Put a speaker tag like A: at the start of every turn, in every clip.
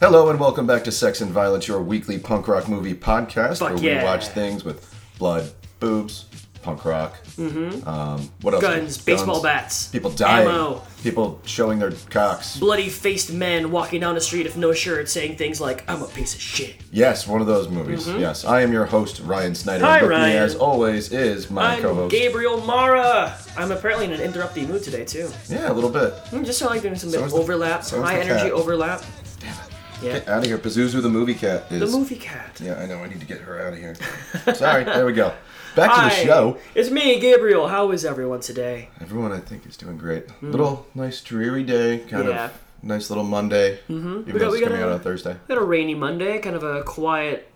A: Hello and welcome back to Sex and Violence, your weekly punk rock movie podcast
B: Fuck
A: where we
B: yeah.
A: watch things with blood, boobs, punk rock. Mm-hmm. Um, what else?
B: Guns, baseball bats,
A: People dying.
B: ammo,
A: People showing their cocks.
B: bloody faced men walking down the street with no shirt saying things like, I'm a piece of shit.
A: Yes, one of those movies. Yes, I am your host Ryan Snyder.
B: Mm-hmm. Hi,
A: and with me,
B: Ryan.
A: as always, is my
B: I'm
A: co-host.
B: Gabriel Mara. I'm apparently in an interrupty mood today, too.
A: Yeah, a little bit.
B: Hmm, Just so I like doing some
A: So is the-
B: overlap,
A: so is
B: high
A: the
B: energy
A: cat.
B: overlap. Yeah.
A: Get out of here, Pazuzu the movie cat is.
B: The movie cat.
A: Yeah, I know. I need to get her out of here. Sorry. There we go. Back to
B: Hi,
A: the show.
B: it's me, Gabriel. How is everyone today?
A: Everyone, I think, is doing great. Little nice dreary day, kind
B: Hmm. Yeah.
A: of nice little Monday. Mm-hmm. Even
B: We got-
A: though
B: we
A: it's
B: got
A: coming out
B: a-
A: on Thursday.
B: We had a rainy Monday, kind of a quiet,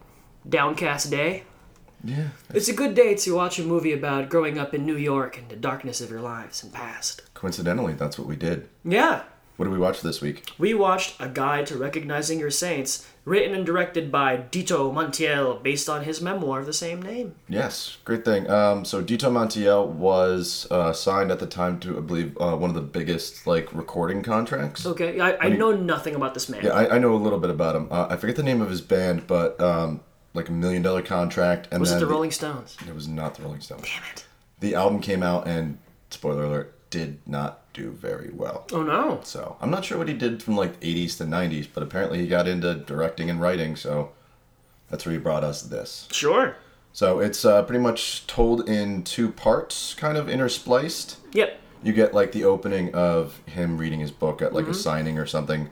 B: downcast day.
A: Yeah,
B: It's a good day to watch a movie about growing up in New York and the darkness of your lives and past.
A: coincidentally, that's what we did.
B: Yeah,
A: What did we watch this week?
B: We watched A Guide to Recognizing Your Saints, written and directed by Dito Montiel, based on his memoir of the same name.
A: Yes, great thing. Um, so Dito Montiel was uh, signed at the time to, I believe, uh, one of the biggest like recording contracts.
B: Okay, I, I know nothing about this man.
A: Yeah, I, I know a little bit about him. Uh, I forget the name of his band, but um, like a million dollar contract. And
B: was
A: then
B: it the Rolling Stones?
A: It was not the Rolling Stones.
B: Damn it.
A: The album came out, and spoiler alert, did not do very well.
B: Oh no.
A: So I'm not sure what he did from like 80s to 90s, but apparently he got into directing and writing. So that's where he brought us this.
B: Sure.
A: So it's uh, pretty much told in two parts, kind of interspliced.
B: Yep.
A: You get like the opening of him reading his book at like a
B: Mm-hmm.
A: signing or something,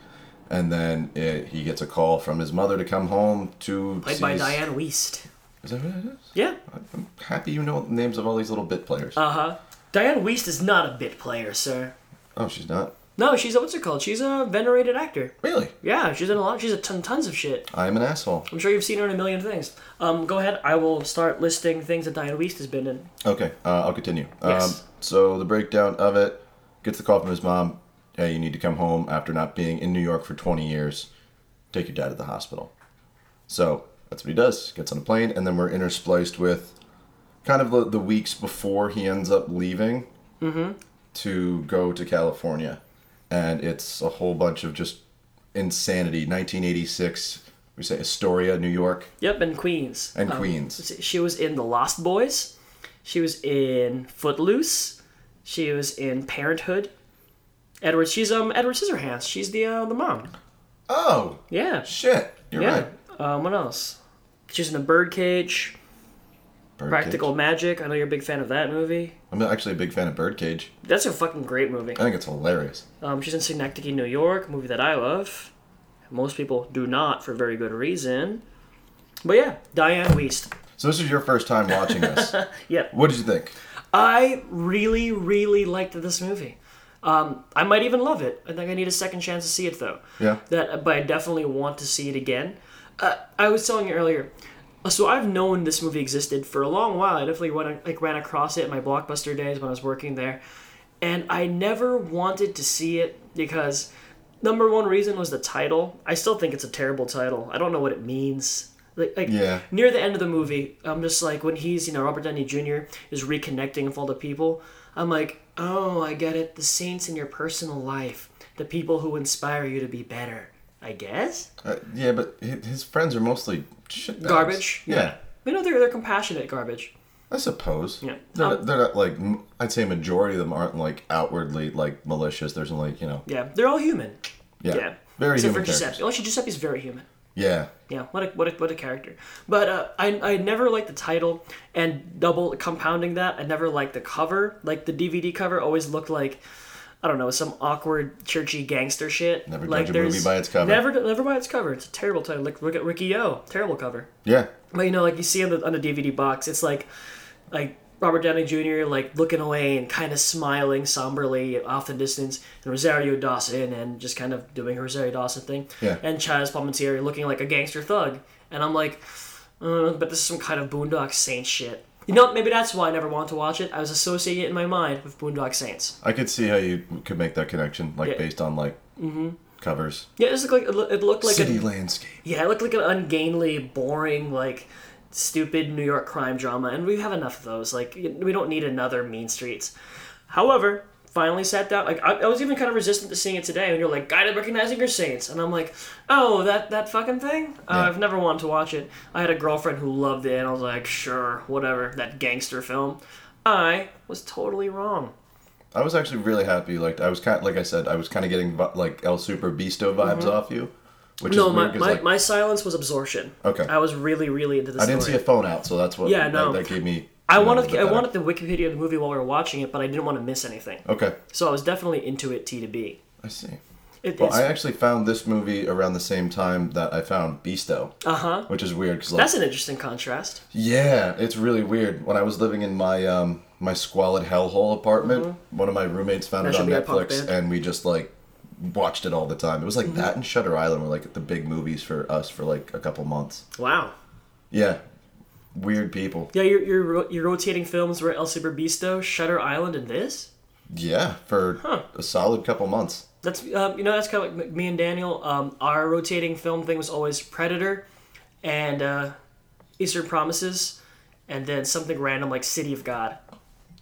A: and then it, he gets a call from his mother to come home to.
B: Played
A: see
B: by
A: his-
B: Diane Weist.
A: Is that what it is?
B: Yeah.
A: I'm happy you know the names of all these little bit players.
B: Uh huh. Diane Weist is not a bit player, sir.
A: oh, she's not
B: No, she's a what's it called? She's a venerated actor.
A: really.
B: Yeah, she's in a lot. She's a ton tons of shit.
A: I am an asshole.
B: I'm sure you've seen her in a million things. Um, go ahead. I will start listing things that Diane Weist has been in.
A: Okay, uh, I'll continue.
B: Yes.
A: Um, so the breakdown of it gets the call from his mom. Hey, you need to come home after not being in New York for 20 years. Take your dad to the hospital. So that's what he does. Gets on a plane, and then we're interspliced with kind of the, the weeks before he ends up leaving
B: Mm-hmm.
A: to go to California, and it's a whole bunch of just insanity. 1986. We say Astoria, New York,
B: Yep, and Queens.
A: and
B: Um,
A: Queens.
B: She was in The Lost Boys. She was in Footloose. She was in Parenthood. Edward, she's um Edward Scissorhands. She's the uh, the mom.
A: Oh
B: Yeah,
A: shit! You're
B: yeah.
A: right.
B: Um, what else? She's in The Birdcage,
A: Birdcage.
B: Practical Magic. I know you're a big fan of that movie.
A: I'm actually a big fan of Birdcage.
B: That's a fucking great movie.
A: I think it's hilarious.
B: Um, she's in Synecdoche, New York, a movie that I love. Most people do not for very good reason. But yeah, Diane Weist.
A: So this is your first time watching this.
B: Yep.
A: what did you think?
B: I really, really liked this movie. Um, I might even love it. I think I need a second chance to see it though.
A: Yeah.
B: That, but I definitely want to see it again. Uh, I was telling you earlier, Uh, so I've known this movie existed for a long while. I definitely went, like ran across it in my blockbuster days when I was working there, and I never wanted to see it because number one reason was the title. I still think it's a terrible title. I don't know what it means. Like, like
A: Yeah.
B: near the end of the movie, I'm just like when he's you know Robert Downey Jr. is reconnecting with all the people. I'm like, oh, I get it. The saints in your personal life, the people who inspire you to be better. I guess
A: Uh, yeah, but hi- his friends are mostly shit bags.
B: garbage.
A: Yeah,
B: you know they're they're compassionate garbage.
A: I suppose.
B: Yeah.
A: They're,
B: Um,
A: they're not like m- I'd say majority of them aren't like outwardly like malicious. There's only like, you know
B: Yeah, they're all human.
A: yeah,
B: Yeah,
A: very
B: except
A: human
B: for Giuseppe.
A: characters.
B: Well, Actually, Giuseppe's very human.
A: Yeah,
B: Yeah, what a what a, what a character. But uh, I I never liked the title, and double compounding that, I never liked the cover. Like the DVD cover always looked like, I don't know, some awkward churchy gangster shit.
A: Never
B: like,
A: judge a movie
B: there's-
A: by its cover.
B: Never never by its cover. It's a terrible title. Like look at Ricky O, terrible cover.
A: yeah.
B: But you know, like you see on the on the DVD box, it's like like Robert Downey Jr. like looking away and kind of smiling somberly off the distance, and Rosario Dawson and just kind of doing her Rosario Dawson thing,
A: Yeah.
B: and Chaz Palmentieri looking like a gangster thug, and I'm like, uh, but this is some kind of Boondock Saints shit. You know, maybe that's why I never wanted to watch it. I was associating it in my mind with Boondock Saints.
A: I could see how you could make that connection, like
B: Yeah.
A: based on like covers,
B: Yeah, it just looked like it loo- it looked like
A: city
B: an,
A: landscape.
B: yeah, it looked like an ungainly, boring, like stupid New York crime drama, and we have enough of those. Like we don't need another Mean Streets. However, finally sat down, like I, I was even kind of resistant to seeing it today. And you're like, guided recognizing your saints, and I'm like, oh, that that fucking thing. Uh,
A: Yeah.
B: I've never wanted to watch it. I had a girlfriend who loved it, and I was like, sure, whatever. That gangster film. I was totally wrong.
A: I was actually really happy. Like I was kind, like I said, I was kind of getting vi- like El Super Bisto vibes off you, which
B: Mm-hmm. No,
A: is
B: my,
A: weird 'cause,
B: my,
A: like,
B: my silence was absorption.
A: Okay.
B: I was really, really into the
A: I
B: story.
A: didn't see a phone out, so that's what.
B: Yeah,
A: that-
B: no.
A: That, gave me.
B: I
A: you know, a
B: wanted
A: little bit
B: I
A: better.
B: wanted the Wikipedia of the movie while we were watching it, but I didn't want to miss anything.
A: Okay,
B: So I was definitely into it T to B.
A: I see.
B: It,
A: Well, I actually found this movie around the same time that I found Bisto,
B: uh huh.
A: which is weird because like
B: That's an interesting contrast.
A: Yeah, it's really weird. When I was living in my um my squalid hellhole apartment, one of my roommates found
B: Mm-hmm. That
A: it
B: should
A: on
B: be our punk
A: Netflix,
B: band. Mm-hmm.
A: and we just like watched it all the time. It was like that and Shutter Island were like the big movies for us for like a couple months.
B: Wow.
A: Yeah, weird people.
B: Yeah, you're, you're, ro- you're rotating films where El Ciberbisto, Shutter Island, and this?
A: Yeah, for a solid couple months.
B: That's, um, you know, that's kind of like m- me and Daniel. Um, our rotating film thing was always Predator and uh, Eastern Promises, and then something random like City of God.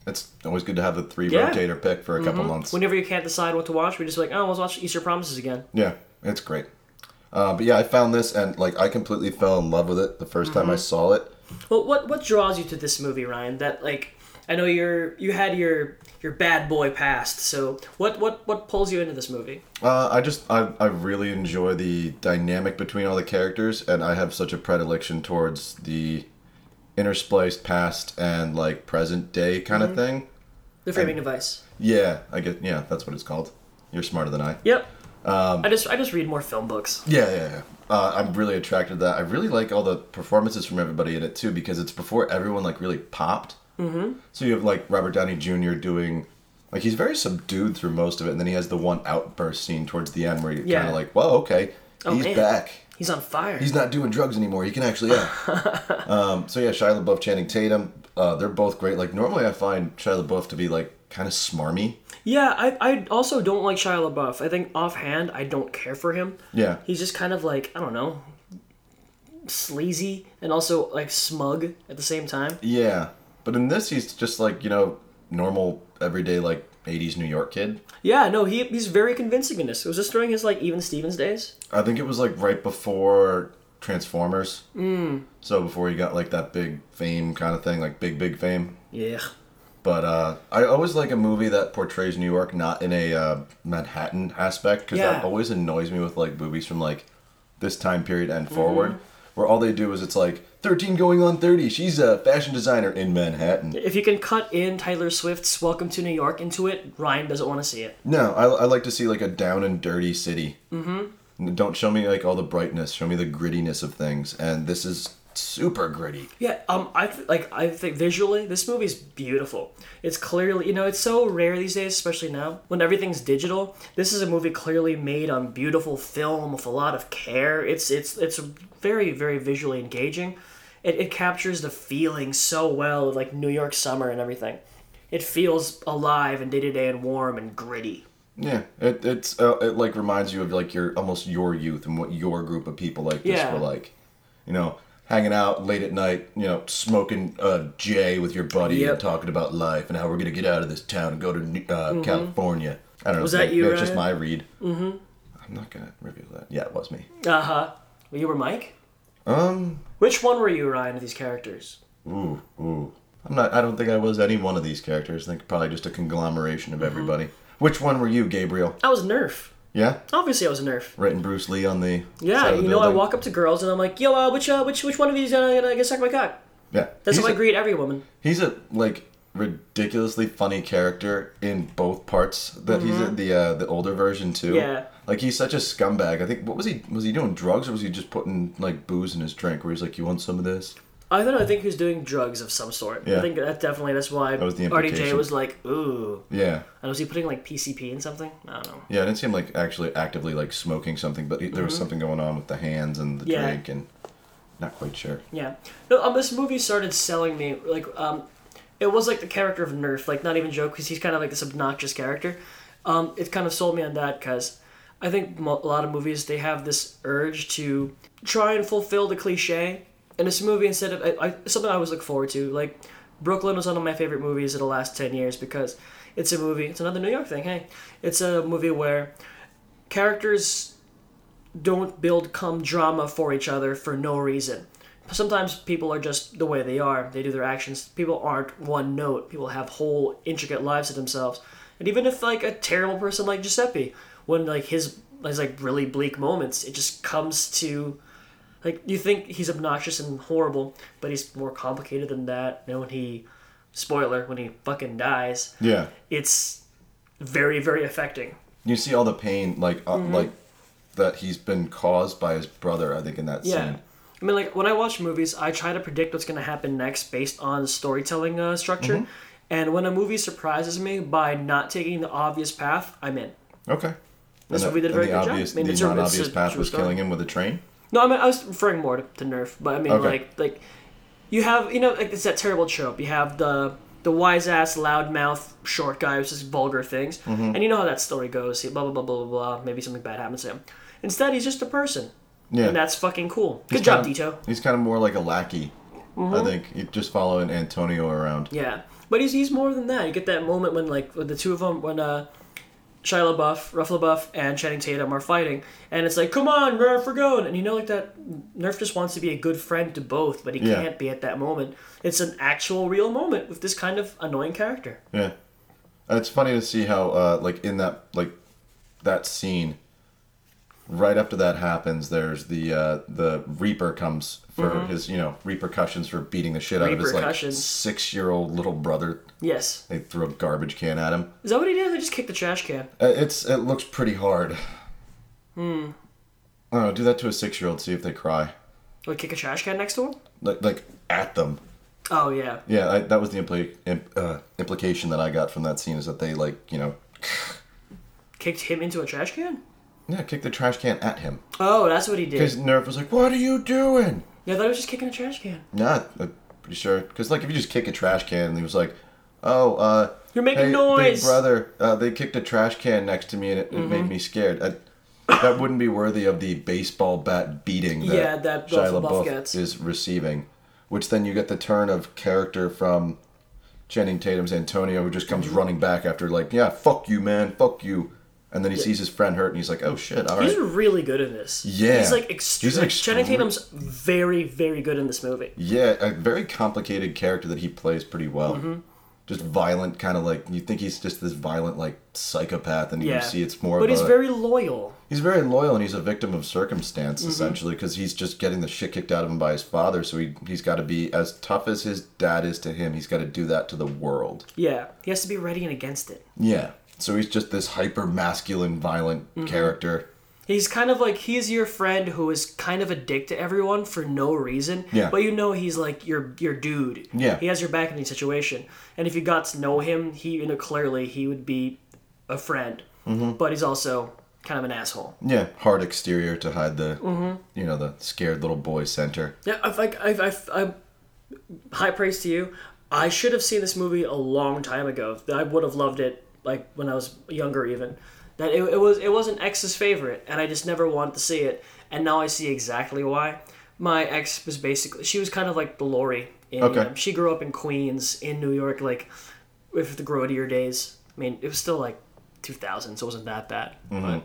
A: It's always good to have a three
B: Yeah.
A: rotator pick for a couple months.
B: Whenever you can't decide what to watch, we just like, oh, let's watch Eastern Promises again.
A: Yeah, it's great. Uh, but yeah, I found this and like I completely fell in love with it the 1st time I saw it.
B: Well, what what draws you to this movie, Ryan? That like I know you're you had your your bad boy past. So what what what pulls you into this movie?
A: Uh, I just I, I really enjoy the dynamic between all the characters, and I have such a predilection towards the interspliced past and like present day kind of thing.
B: The framing
A: Um,
B: device.
A: Yeah, I get. Yeah, that's what it's called. You're smarter than I.
B: Yep.
A: um,
B: I just I just read more film books.
A: Yeah, yeah, yeah. Uh, I'm really attracted to that. I really like all the performances from everybody in it too, because it's before everyone like really popped. Mm-hmm. So you have like Robert Downey Jr. doing, like he's very subdued through most of it, and then he has the one outburst scene towards the end where you're kind
B: Yeah.
A: of like, "Whoa, okay, he's
B: man.
A: back."
B: He's on fire.
A: he's not doing drugs anymore. He can actually act. um, so yeah, Shia LaBeouf, Channing Tatum, uh, they're both great. Like normally, I find Shia LaBeouf to be like kind of smarmy.
B: yeah, I, I also don't like Shia LaBeouf. I think offhand I don't care for him.
A: Yeah,
B: He's just kind of like, I don't know, sleazy and also like smug at the same time.
A: yeah. But in this, he's just like you know normal everyday like '80s New York kid.
B: Yeah, no, he he's very convincing in this. Was this during his like even Stevens days?
A: I think it was like right before Transformers. Mm. So before he got like that big fame kind of thing, like big big fame.
B: Yeah.
A: But uh, I always like a movie that portrays New York not in a uh, Manhattan aspect because
B: Yeah.
A: that always annoys me with like movies from like this time period and forward, where all they do is it's like thirteen going on thirty. She's a fashion designer in Manhattan.
B: If you can cut in Taylor Swift's "Welcome to New York" into it, Ryan doesn't want to see it.
A: No, I, I like to see like a down and dirty city. Mm-hmm. Don't show me like all the brightness. Show me the grittiness of things, and this is super gritty.
B: Yeah, um, I th- like I think visually this movie's beautiful. It's clearly you know it's so rare these days, especially now when everything's digital. This is a movie clearly made on beautiful film with a lot of care. It's it's it's very very visually engaging. It, it captures the feeling so well, of, like New York summer and everything. It feels alive and day to day and warm and gritty.
A: Yeah, it it's uh, it like reminds you of like your almost your youth and what your group of people like this
B: Yeah.
A: were like, you know, hanging out late at night, you know, smoking a J with your buddy
B: Yep.
A: and talking about life and how we're gonna get out of this town and go to New- uh, California. I don't know. Was
B: Mm-hmm. that you,
A: It's just
B: Ryan?
A: my read. Mm-hmm. I'm not gonna review that. Yeah, it was me.
B: Uh huh. You were Mike.
A: Um.
B: Which one were you, Ryan, of these characters?
A: Ooh. Ooh. I'm not. I don't think I was any one of these characters. I think probably just a conglomeration of
B: Mm-hmm.
A: everybody. Which one were you, Gabriel?
B: I was Nerf.
A: Yeah.
B: Obviously, I was Nerf.
A: Writing Bruce Lee on the
B: Yeah,
A: side of
B: you
A: the
B: know, I
A: building?
B: walk up to girls and I'm like, "Yo, uh, which, uh, which, which one of these uh, gonna get suck my cock?"
A: Yeah.
B: That's
A: He's
B: how I
A: a-
B: greet every woman.
A: He's a like ridiculously funny character in both parts that he's in the uh, the older version too.
B: Mm-hmm. Yeah.
A: Like he's such a scumbag. I think what was he was he doing drugs or was he just putting like booze in his drink where he's like, You want some of this?
B: I thought I think he was doing drugs of some sort. I
A: Yeah.
B: think that definitely that's why
A: was the
B: RDJ
A: implication.
B: was like, "Ooh,"
A: Yeah.
B: and was he putting like PCP in something? I don't know.
A: Yeah, I didn't see him like actually actively like smoking something, but he, there was something going on with the hands and the
B: Mm-hmm. Yeah.
A: drink and not quite sure.
B: Yeah. No, um, this movie started selling me like um, it was like the character of Nerf, like not even joke, because he's kind of like this obnoxious character. Um, it kind of sold me on that because I think mo- a lot of movies they have this urge to try and fulfill the cliche, and this movie instead of I, I, something I always look forward to, like Brooklyn was one of my favorite movies of the last 10 years because it's a movie, it's another New York thing, hey. It's a movie where characters don't build come drama for each other for no reason. Sometimes people are just the way they are, they do their actions. People aren't one note, people have whole intricate lives to themselves. And even if like a terrible person like Giuseppe, when like his his like really bleak moments, it just comes to like you think he's obnoxious and horrible, but he's more complicated than that. And when he, spoiler, when he fucking dies,
A: Yeah.
B: it's very very affecting.
A: You see all the pain, like uh,
B: Mm-hmm.
A: like that he's been caused by his brother. I think in that
B: Yeah.
A: scene.
B: I mean, like when I watch movies, I try to predict what's going to happen next based on storytelling uh, structure.
A: Mm-hmm.
B: And when a movie surprises me by not taking the obvious path, I'm in.
A: Okay.
B: This
A: And
B: movie did a
A: and
B: very good job.
A: obvious,
B: I mean, it's
A: the
B: a-
A: not
B: it's a
A: obvious path
B: true
A: was
B: story.
A: killing him with a train.
B: No, I mean I was referring more to, to Nerf, but I mean
A: Okay.
B: like like you have you know like it's that terrible trope. You have the the wise ass, loud mouth, short guy who says vulgar things,
A: Mm-hmm.
B: and you know how that story goes. He blah blah blah blah blah blah. Maybe something bad happens to him. Instead, he's just a person,
A: Yeah.
B: and that's fucking cool. Good
A: He's
B: job,
A: kind of-
B: Dito. Mm-hmm.
A: He's kind of more like a lackey. I think you just following Antonio around.
B: Yeah, but he's he's more than that. You get that moment when like when the two of them when uh. Shia LaBeouf, Ruff LaBeouf, and Channing Tatum are fighting, and it's like, come on, Nerf, we're going. And you know, like that, Nerf just wants to be a good friend to both, but he
A: Yeah.
B: can't be at that moment. It's an actual, real moment with this kind of annoying character.
A: Yeah, and it's funny to see how uh, like in that like that scene, right after that happens, there's the uh, the Reaper comes for his you know repercussions for beating the shit out of his like
B: Mm-hmm. Repercussions.
A: six year old little brother.
B: Yes,
A: They threw a garbage can at him.
B: is that what he did? They just kicked the trash can.
A: Uh, It's it looks pretty hard. Hmm. Oh, do that to a six year old. See if they cry.
B: Or kick a trash can next to him?
A: Like like at them.
B: Oh yeah,
A: Yeah, I, that was the impli- imp, uh, implication that I got from that scene is that they like you know,
B: kicked him into a trash can.
A: yeah, kick the trash can at him.
B: Oh, that's what he
A: His
B: did.
A: nerve was like, "What are you doing?"
B: Yeah, I thought he was just kicking a trash can.
A: Nah, I'm pretty sure. Because like, if you just kick a trash can, and he was like, "Oh, uh,
B: You're making
A: hey,
B: noise!" Mm-hmm.
A: big brother." Uh, they kicked a trash can next to me, and it, it made me scared. I, that wouldn't be worthy of the baseball bat beating that,
B: Yeah, that
A: Shia
B: Buff- Buff
A: LaBeouf
B: gets.
A: is receiving. Which then you get the turn of character from Channing Tatum's Antonio, who just comes
B: Mm-hmm.
A: running back after like, "Yeah, fuck you, man, fuck you," and then he sees his friend hurt, and he's like, "Oh shit, all right."
B: He's really good in this.
A: Yeah.
B: he's like
A: He's
B: extreme.
A: an
B: Like, Channing
A: extreme-
B: Tatum's very, very good in this movie.
A: Yeah, a very complicated character that he plays pretty well.
B: Mm-hmm.
A: Just violent, kind of like you think he's just this violent, like psychopath, and
B: Yeah,
A: you see it's more.
B: But
A: of
B: he's
A: a,
B: very loyal.
A: he's very loyal, and he's a victim of circumstance
B: Mm-hmm.
A: essentially because he's just getting the shit kicked out of him by his father. So he he's got to be as tough as his dad is to him. He's got to do that to the world.
B: Yeah, he has to be ready and against it.
A: Yeah. So he's just this hyper masculine, violent
B: Mm-hmm.
A: character.
B: He's kind of like he's your friend who is kind of a dick to everyone for no reason.
A: Yeah.
B: But you know he's like your your dude.
A: Yeah.
B: He has your back in any situation, and if you got to know him, he you know clearly he would be a friend.
A: Mm-hmm.
B: But he's also kind of an asshole.
A: Yeah, hard exterior to hide the
B: Mm-hmm.
A: you know the scared little boy center.
B: Yeah, I've, like I've, I've, i high praise to you. I should have seen this movie a long time ago. I would have loved it, like when I was younger, even. That it, it was it was an ex's favorite, and I just never wanted to see it. And now I see exactly why. My ex was basically she was kind of like the Lori. In,
A: Okay.
B: um, she grew up in Queens, in New York, like with the Grodier days. I mean, it was still like 2000, so it wasn't that bad. But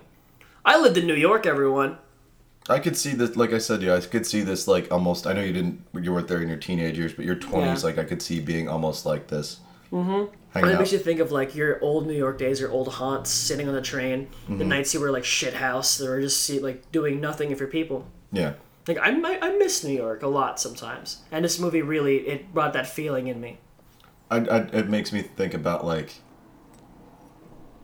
B: I lived in New York, everyone.
A: I could see this, like I said, yeah, I could see this, like almost. I know you didn't, you weren't there in your teenage years, but your twenties,
B: Yeah.
A: like I could see being almost like this. Mm-hmm.
B: It
A: Hanging
B: makes
A: out.
B: you think of like your old New York days, your old haunts, sitting on the train, the nights you were like shit house, or just see, like doing nothing for people.
A: Yeah,
B: Like I, mi- I miss New York a lot sometimes, and this movie really it brought that feeling in me.
A: I, I, it makes me think about like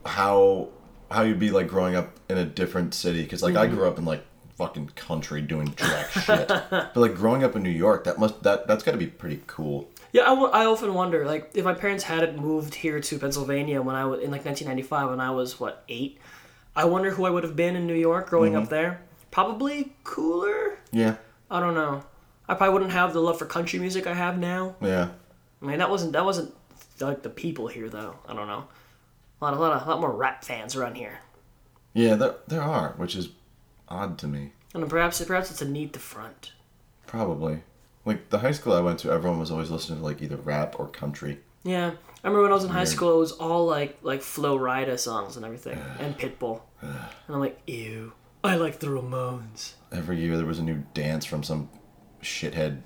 A: how how you'd be like growing up in a different city because like
B: Mm-hmm.
A: I grew up in like fucking country doing jack shit, but like growing up in New York, that must that that's got to be pretty cool.
B: Yeah, I wo- I often wonder like if my parents hadn't moved here to Pennsylvania when I was in like 1995 when I was what eight, I wonder who I would have been in New York growing up there. Probably cooler.
A: Yeah,
B: I don't know. I probably wouldn't have the love for country music I have now.
A: yeah.
B: I mean, that wasn't that wasn't like the people here though. I don't know. A lot, a lot, a lot more rap fans around here.
A: Yeah, there, there are, which is odd to me.
B: And perhaps, perhaps it's a need to front.
A: Probably. Like the high school I went to, everyone was always listening to like either rap or country.
B: Yeah. I remember when I was in high
A: Weird.
B: school, it was all like like Flo Rida songs and everything, and Pitbull. and I'm like, ew. I like the Ramones.
A: Every year there was a new dance from some shithead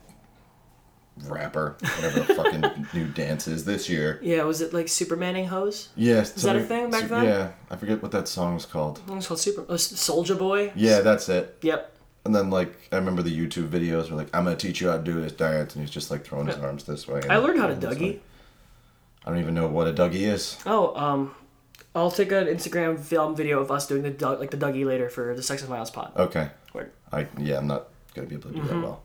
A: rapper, whatever the fucking new dance is this year.
B: Yeah, was it like Supermaning hose?
A: Yes.
B: that a thing back then?
A: Yeah, I forget what that song's called.
B: I think it's called Super oh, Soldier Boy.
A: Yeah, that's it.
B: Yep.
A: And then like I remember the YouTube videos were like, I'm gonna teach you how to do this dance, and he's just like throwing his arms this way. and
B: I learned how to
A: this way.
B: Dougie.
A: I don't even know what a Dougie is.
B: Oh, um, I'll take an Instagram film video of us doing the Doug, like the Dougie later for the Sex and Violence pod.
A: Okay.
B: Word.
A: I yeah, I'm not gonna be able to do
B: Mm-hmm.
A: that well.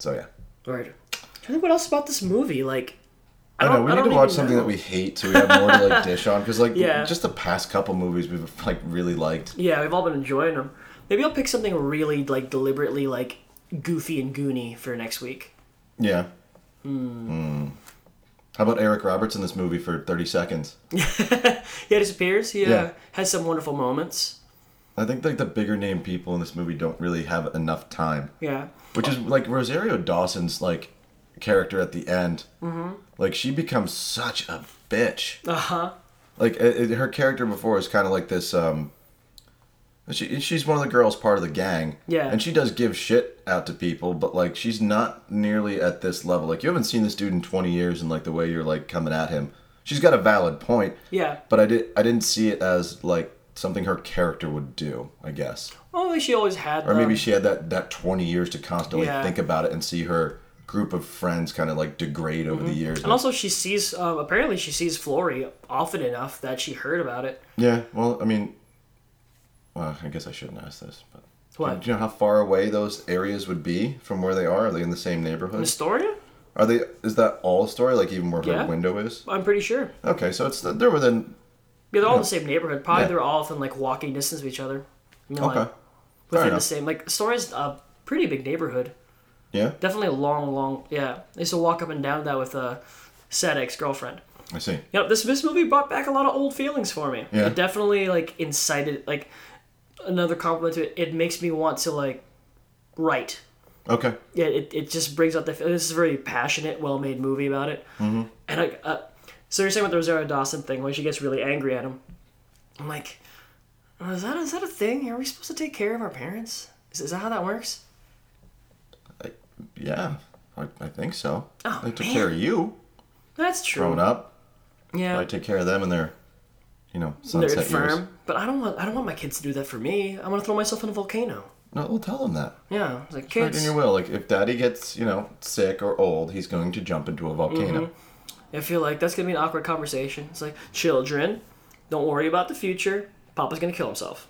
A: So yeah.
B: Word. I think what else about this movie? Like,
A: I, know
B: don't-
A: we
B: I
A: need
B: don't
A: to watch
B: even
A: something
B: know.
A: that we hate so we have more to like dish on because like
B: Yeah.
A: just the past couple movies we've like really liked.
B: yeah, we've all been enjoying them. Maybe I'll pick something really like deliberately like goofy and goony for next week.
A: Yeah. Hmm. How about Eric Roberts in this movie for 30 seconds?
B: Yeah, disappears. He uh,
A: Yeah.
B: has some wonderful moments.
A: I think like the bigger name people in this movie don't really have enough time.
B: Yeah.
A: which is like Rosario Dawson's like character at the end. Mm-hmm. Like she becomes such a bitch.
B: Uh huh.
A: Like it, it- her character before is kind of like this. um She she's one of the girls part of the gang.
B: Yeah.
A: and she does give shit out to people, but like she's not nearly at this level. Like you haven't seen this dude in twenty years, and like the way you're like coming at him, she's got a valid point.
B: Yeah.
A: But I did I didn't see it as like something her character would do. I guess.
B: Only Oh, she always had.
A: Or maybe
B: them.
A: she had that, that 20 years to constantly
B: Um, Yeah.
A: think about it and see her group of friends kind of like degrade over the years.
B: And also, she sees. Um, apparently, she sees Flory often enough that she heard about it.
A: yeah, well, I mean, well, I guess I shouldn't ask this, but
B: What?
A: do you know how far away those areas would be from where they are? Are they in the same neighborhood?
B: Astoria?
A: Are they? Is that all story? Like even where
B: Yeah.
A: her window is?
B: I'm pretty sure.
A: Okay, so it's they're within.
B: Yeah, they're all in the same neighborhood. Probably
A: Yeah.
B: they're all within like walking distance of each other. I mean,
A: Okay,
B: like,
A: fair
B: within the
A: enough.
B: same. Like Astoria's a pretty big neighborhood.
A: Yeah,
B: Definitely a long, long. Yeah, I used to walk up and down that with a sad ex girlfriend.
A: I see.
B: You know, this this movie brought back a lot of old feelings for me.
A: Yeah.
B: It definitely like incited like another compliment to it. It makes me want to like write
A: Okay,
B: yeah, it, it just brings out the. This is a very passionate, well made movie about it. Mm-hmm. And I, uh, so you're saying with the Rosario Dawson thing when she gets really angry at him, I'm like, "Oh, is that is that a thing? Are we supposed to take care of our parents? Is, is that how that works?
A: yeah, I, I think so.
B: Oh,
A: I took
B: man.
A: care of you
B: That's true.
A: growing up.
B: yeah,
A: I take care of them and their, you know,
B: they're
A: sunset
B: infirm,
A: years.
B: but I don't want I don't want my kids to do that for me. I want to throw myself in a volcano.
A: No, we'll tell them that.
B: Yeah, I was like
A: Right in
B: kids.
A: your will. Like if daddy gets, you know, sick or old, he's going to jump into a volcano.
B: Mm-hmm. I feel like that's gonna be an awkward conversation. It's like children, don't worry about the future. Papa's gonna kill himself.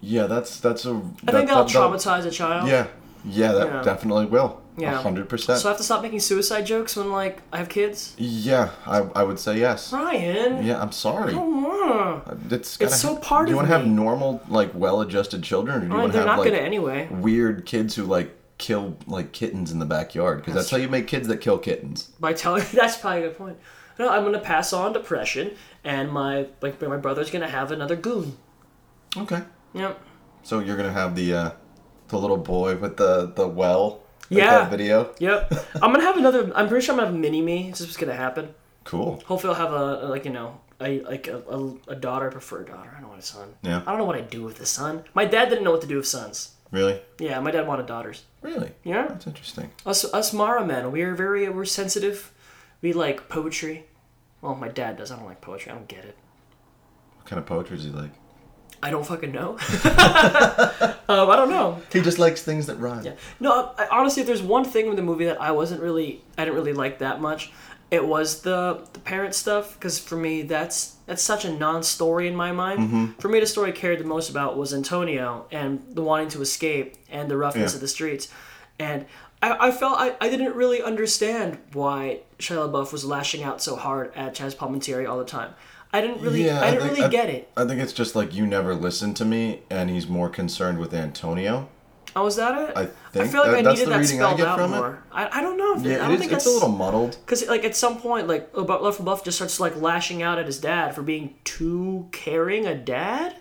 A: Yeah, that's that's a
B: I think that'll traumatize a child.
A: Yeah. Yeah, that
B: Yeah.
A: definitely will.
B: Yeah.
A: Yeah. hundred percent.
B: So I have to stop making suicide jokes when like I have kids.
A: Yeah, I, I would say yes.
B: Brian,
A: Yeah, I'm sorry. Uh,
B: mm,
A: It's, gotta
B: so
A: ha-
B: part
A: Do you
B: of
A: want to have
B: me. Uh,
A: normal, like, well-adjusted children, or do you want to
B: they're
A: have
B: not
A: like
B: gonna anyway.
A: weird kids who like kill like kittens in the backyard? Because that's how you make kids that kill kittens.
B: By telling that's probably a good point. No, I'm gonna pass on depression, and my like my brother's gonna have another goon.
A: Okay.
B: Yep.
A: So you're gonna have the uh, the little boy with the the well. like
B: Yeah.
A: That video.
B: Yep. I'm gonna have another. I'm pretty sure I'm gonna have mini me. This is what's gonna happen.
A: Cool.
B: Hopefully, I'll have a a, like you know a like a, a, a daughter. I prefer a daughter. I don't want a son.
A: Yeah.
B: I don't know what I'd do with a son. My dad didn't know what to do with sons.
A: Really?
B: Yeah, my dad wanted daughters.
A: Really?
B: Yeah.
A: That's interesting.
B: Us, us Mara men, we are very, we're sensitive. We like poetry. Well, my dad does. I don't like poetry. I don't get it.
A: What kind of poetry does he like?
B: I don't fucking know. um, I don't know.
A: He just likes things that rhyme. Yeah.
B: No, I, I- honestly, if there's one thing in the movie that I wasn't really, I didn't really like that much, it was the the parent stuff. Because for me, that's that's such a non-story in my mind.
A: Mm-hmm.
B: For me, the story I cared the most about was Antonio and the wanting to escape and the roughness
A: Yeah.
B: of the streets. And I, I felt I, I didn't really understand why Shia LaBeouf was lashing out so hard at Chaz Palminteri all the time. I didn't really, I didn't
A: think-
B: really get it.
A: I think it's just like you never listen to me, and he's more concerned with Antonio.
B: Oh, was that it?
A: I think
B: feel like
A: that-
B: I
A: that's
B: needed
A: the
B: that
A: reading I
B: spelled
A: get
B: out
A: from it.
B: more. I, I don't know. If I
A: Yeah,
B: don't
A: it is,
B: think
A: it's
B: that's
A: a little muddled.
B: Because like at some point, like about Left Buff just starts like lashing out at his dad for being too caring a dad,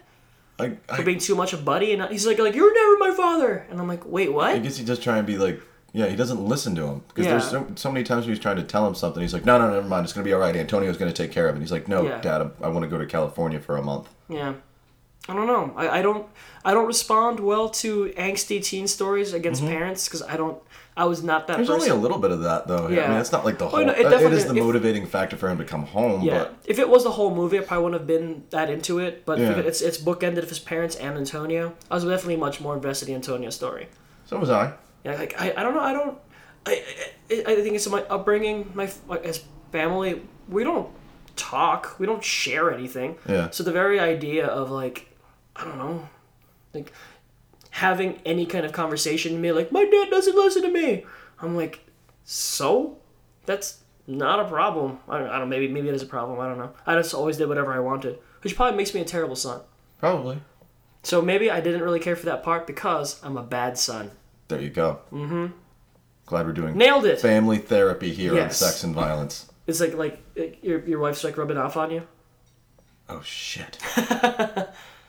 A: I,
B: for
A: I,
B: being too much a buddy, and he's like like you're never my father, and I'm like wait
A: I
B: what?
A: guess he does try and be like Yeah, he doesn't listen to him because
B: Yeah.
A: there's so, so many times when he's trying to tell him something. He's like, "No, no, never mind. It's gonna be all right. Antonio's gonna take care of it." He's like, "No,
B: Yeah.
A: Dad, I'm- I want to go to California for a month."
B: Yeah. I don't know. I, I don't I don't respond well to angsty teen stories against parents 'cause parents because I don't I was not that
A: Mm-hmm. There's
B: person.
A: only a little bit of that though. Yeah, I
B: Yeah.
A: mean, it's not like the whole. uh,
B: Well, no, it
A: it, it
B: definitely-
A: is the
B: if-
A: motivating factor for him to come home.
B: yeah.
A: But
B: If it was the whole movie, I probably wouldn't have been that into it. But
A: Yeah.
B: it's it's bookended with his parents and Antonio. I was definitely much more invested in Antonio's story.
A: so was I.
B: Yeah, like I, I don't know. I don't. I, I, I think it's my upbringing. My, my as family, we don't talk. We don't share anything.
A: Yeah.
B: So the very idea of like, I don't know, like having any kind of conversation with me, like my dad doesn't listen to me. I'm like, so that's not a problem. I don't, I don't. Maybe maybe it is a problem. I don't know. I just always did whatever I wanted, which probably makes me a terrible son.
A: Probably.
B: So maybe I didn't really care for that part because I'm a bad son.
A: There you go. Mm-hmm. Glad we're doing
B: Nailed it.
A: family therapy here on
B: Yes.
A: sex and violence.
B: It's like like like, your your wife's like rubbing off on you.
A: Oh shit.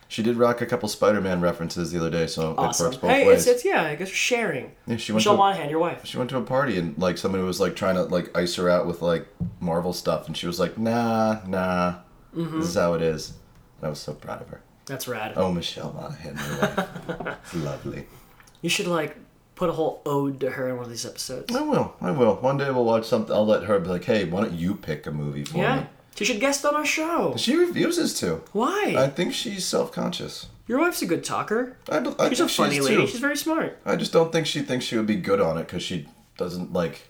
A: she did rock a couple Spider-Man references the other day, so it
B: Awesome.
A: works both
B: Hey,
A: ways.
B: it's, it's yeah. I guess sharing.
A: yeah, she went
B: Michelle
A: to,
B: Monaghan, your wife.
A: she went to a party and like somebody was like trying to like ice her out with like Marvel stuff, and she was like, "Nah, nah,
B: Mm-hmm.
A: this is how it is." And I was so proud of her.
B: That's rad.
A: Oh, Michelle Monaghan, my wife. It's lovely.
B: You should like put a whole ode to her in one of these episodes.
A: I will. I will. One day we'll watch something. I'll let her be like, "Hey, why don't you pick a movie for
B: Yeah,
A: me?"
B: she should guest on our show.
A: She refuses to.
B: Why?
A: I think she's self-conscious.
B: your wife's a good talker.
A: I, don't- I
B: She's a
A: think
B: funny
A: she's
B: lady.
A: too.
B: She's very smart.
A: I just don't think she thinks she would be good on it because she doesn't like.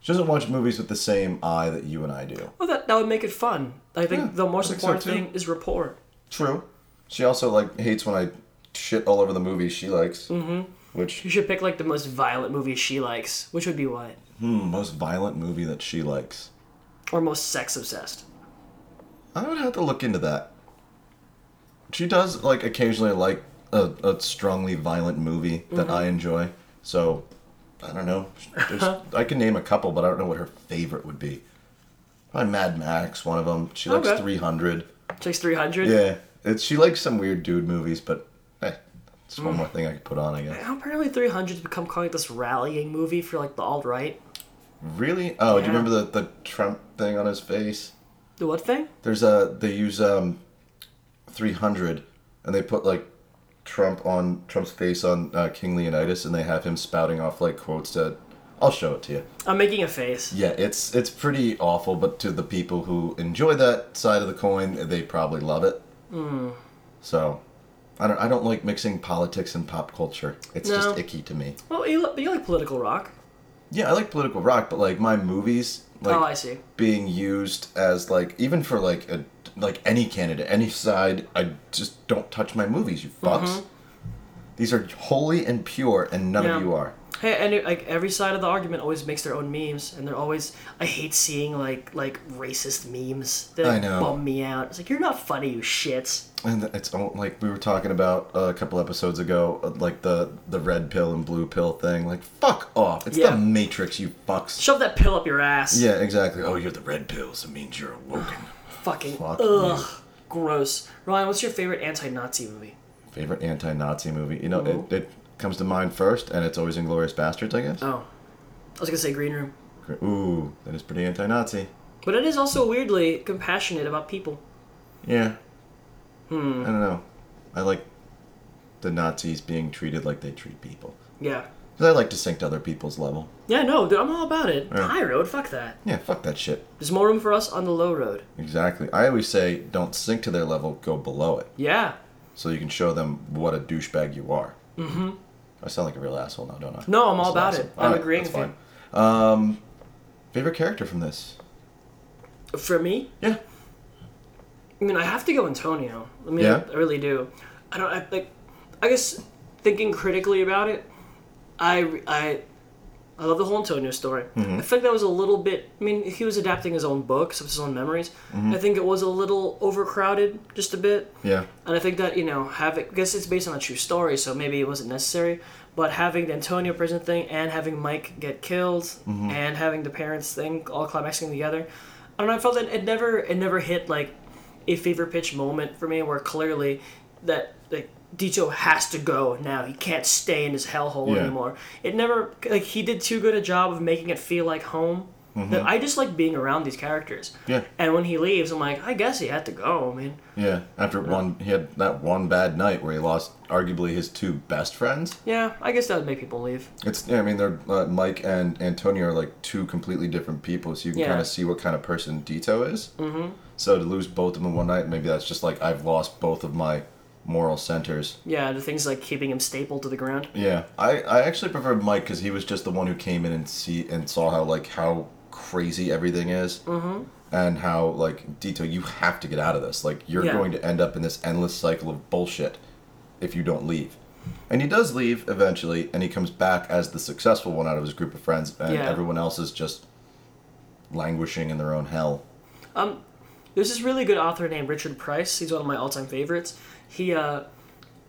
A: She doesn't watch movies with the same eye that you and I do.
B: Well, Oh, that that would make it fun. I think
A: Yeah,
B: the most
A: I think so,
B: important
A: too.
B: thing is rapport.
A: True. She also like hates when I shit all over the movies she likes. Mm-hmm. Which
B: You should pick like the most violent movie she likes, which would be what,
A: hmm, most violent movie that she likes?
B: or most sex obsessed.
A: I would have to look into that. She does like occasionally like a, a strongly violent movie
B: Mm-hmm.
A: that I enjoy. So I don't know. There's, I can name a couple, but I don't know what her favorite would be. Probably Mad Max, one of them. She likes
B: Okay.
A: 300.
B: She likes three hundred.
A: Yeah, it's she likes some weird dude movies, but eh, it's
B: Mm.
A: one more thing I could put on, I guess.
B: Apparently, three hundred's become calling it this rallying movie for like the alt right.
A: Really? Oh, do you
B: Yeah.
A: remember the the Trump thing on his face?
B: The what thing?
A: There's a they use um, three hundred, and they put like Trump on Trump's face on uh, King Leonidas, and they have him spouting off like quotes that. I'll show it to you.
B: I'm making a face.
A: Yeah, it's it's pretty awful, but to the people who enjoy that side of the coin, they probably love it.
B: Hmm.
A: So, I don't I don't like mixing politics and pop culture. It's
B: No.
A: just icky to me.
B: Well, you, li- you like political rock.
A: Yeah, I like political rock, but like my movies, like
B: oh, I see.
A: being used as like even for like a like any candidate, any side, I just don't touch my movies. You fucks. These are holy and pure, and none
B: Mm-hmm. Yeah.
A: of you are.
B: Hey, and it, like every side of the argument always makes their own memes, and they're always. I hate seeing like like racist memes. They
A: I know.
B: bum me out. It's like you're not funny, you shits.
A: And it's all- like we were talking about uh, a couple episodes ago, uh, like the the red pill and blue pill thing. Like fuck off! It's
B: Yeah.
A: the Matrix, you fucks.
B: Shove that pill up your ass.
A: yeah, exactly. Oh, you're the red pill, so it means you're awoken.
B: Fucking.
A: Fuck
B: ugh. Gross. Ryan, what's your favorite anti-Nazi movie?
A: Favorite anti-Nazi movie? You know, it, it comes to mind first, and it's always Inglorious Bastards, I guess.
B: Oh, I was gonna say Green Room,
A: Ooh, that is pretty anti-Nazi.
B: but it is also weirdly compassionate about people.
A: Yeah. Hmm. I don't know. I like the Nazis being treated like they treat people.
B: Yeah.
A: 'Cause I like to sink to other people's level.
B: Yeah, no, dude, I'm all about it. High road, fuck that.
A: Yeah, fuck that shit.
B: There's more room for us on the low road.
A: Exactly. I always say, don't sink to their level, go below it.
B: Yeah.
A: So you can show them what a douchebag you are. Mm-hmm. I sound like a real asshole now, don't I?
B: No, I'm all
A: That's
B: about
A: awesome.
B: it. I'm
A: Alright,
B: agreeing
A: that's
B: with you.
A: fine. Um, favorite character from this?
B: For me,
A: Yeah.
B: I mean, I have to go Antonio. I mean,
A: Yeah.
B: I really do. I don't I, like. I guess thinking critically about it, I I I love the whole Antonio story. I think that was a little bit. I mean, he was adapting his own books, his own memories. I think it was a little overcrowded, just a bit.
A: Yeah.
B: And I think that you know, having I guess it's based on a true story, so maybe it wasn't necessary. But having the Antonio prison thing and having Mike get killed
A: Mm-hmm.
B: and having the parents thing all climaxing together, I don't know. I felt that it never it never hit like a fever pitch moment for me, where clearly that like Dicho has to go now. He can't stay in his hellhole
A: Yeah.
B: anymore. It never like he did too good a job of making it feel like home. That I just like being around these characters.
A: Mm-hmm. Yeah.
B: And when he leaves, I'm like, I guess he had to go. I mean,
A: Yeah. After one, he had that one bad night where he lost arguably his two best friends.
B: yeah, I guess that would make people leave.
A: It's, yeah, I mean, they're uh, Mike and Antonio are like two completely different people, so you can
B: Yeah.
A: kind of see what kind of person Dito is. Mm-hmm. So to lose both of them in one night, maybe that's just like I've lost both of my moral centers.
B: Yeah, the things like keeping him stapled to the ground.
A: Yeah, I, I actually preferred Mike because he was just the one who came in and see and saw how like how crazy everything is, mm-hmm. and how like Dito, you have to get out of this. Like you're
B: Yeah.
A: going to end up in this endless cycle of bullshit if you don't leave. And he does leave eventually, and he comes back as the successful one out of his group of friends, and
B: Yeah.
A: everyone else is just languishing in their own hell.
B: There's this really good author named Richard Price. He's one of my all-time favorites. He uh,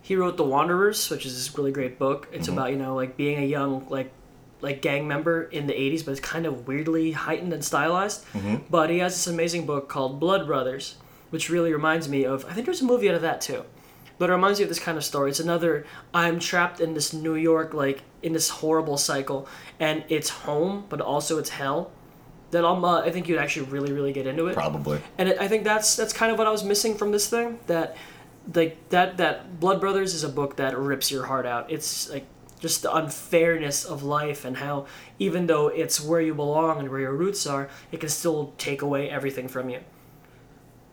B: he wrote The Wanderers, which is this really great book. It's about you know like being a young like like gang member in the 80s, but it's kind of weirdly heightened and stylized. But he has this amazing book called Blood Brothers, which really reminds me of I think there's a movie out of that too. But it reminds me of this kind of story. It's another I'm trapped in this New York like in this horrible cycle, and it's home, but also it's hell. That I'm, uh, I think you'd actually really, really get into it
A: Probably.
B: and it, I think that's that's kind of what I was missing from this thing. That like that that Blood Brothers is a book that rips your heart out. It's like just the unfairness of life and how even though it's where you belong and where your roots are, it can still take away everything from you.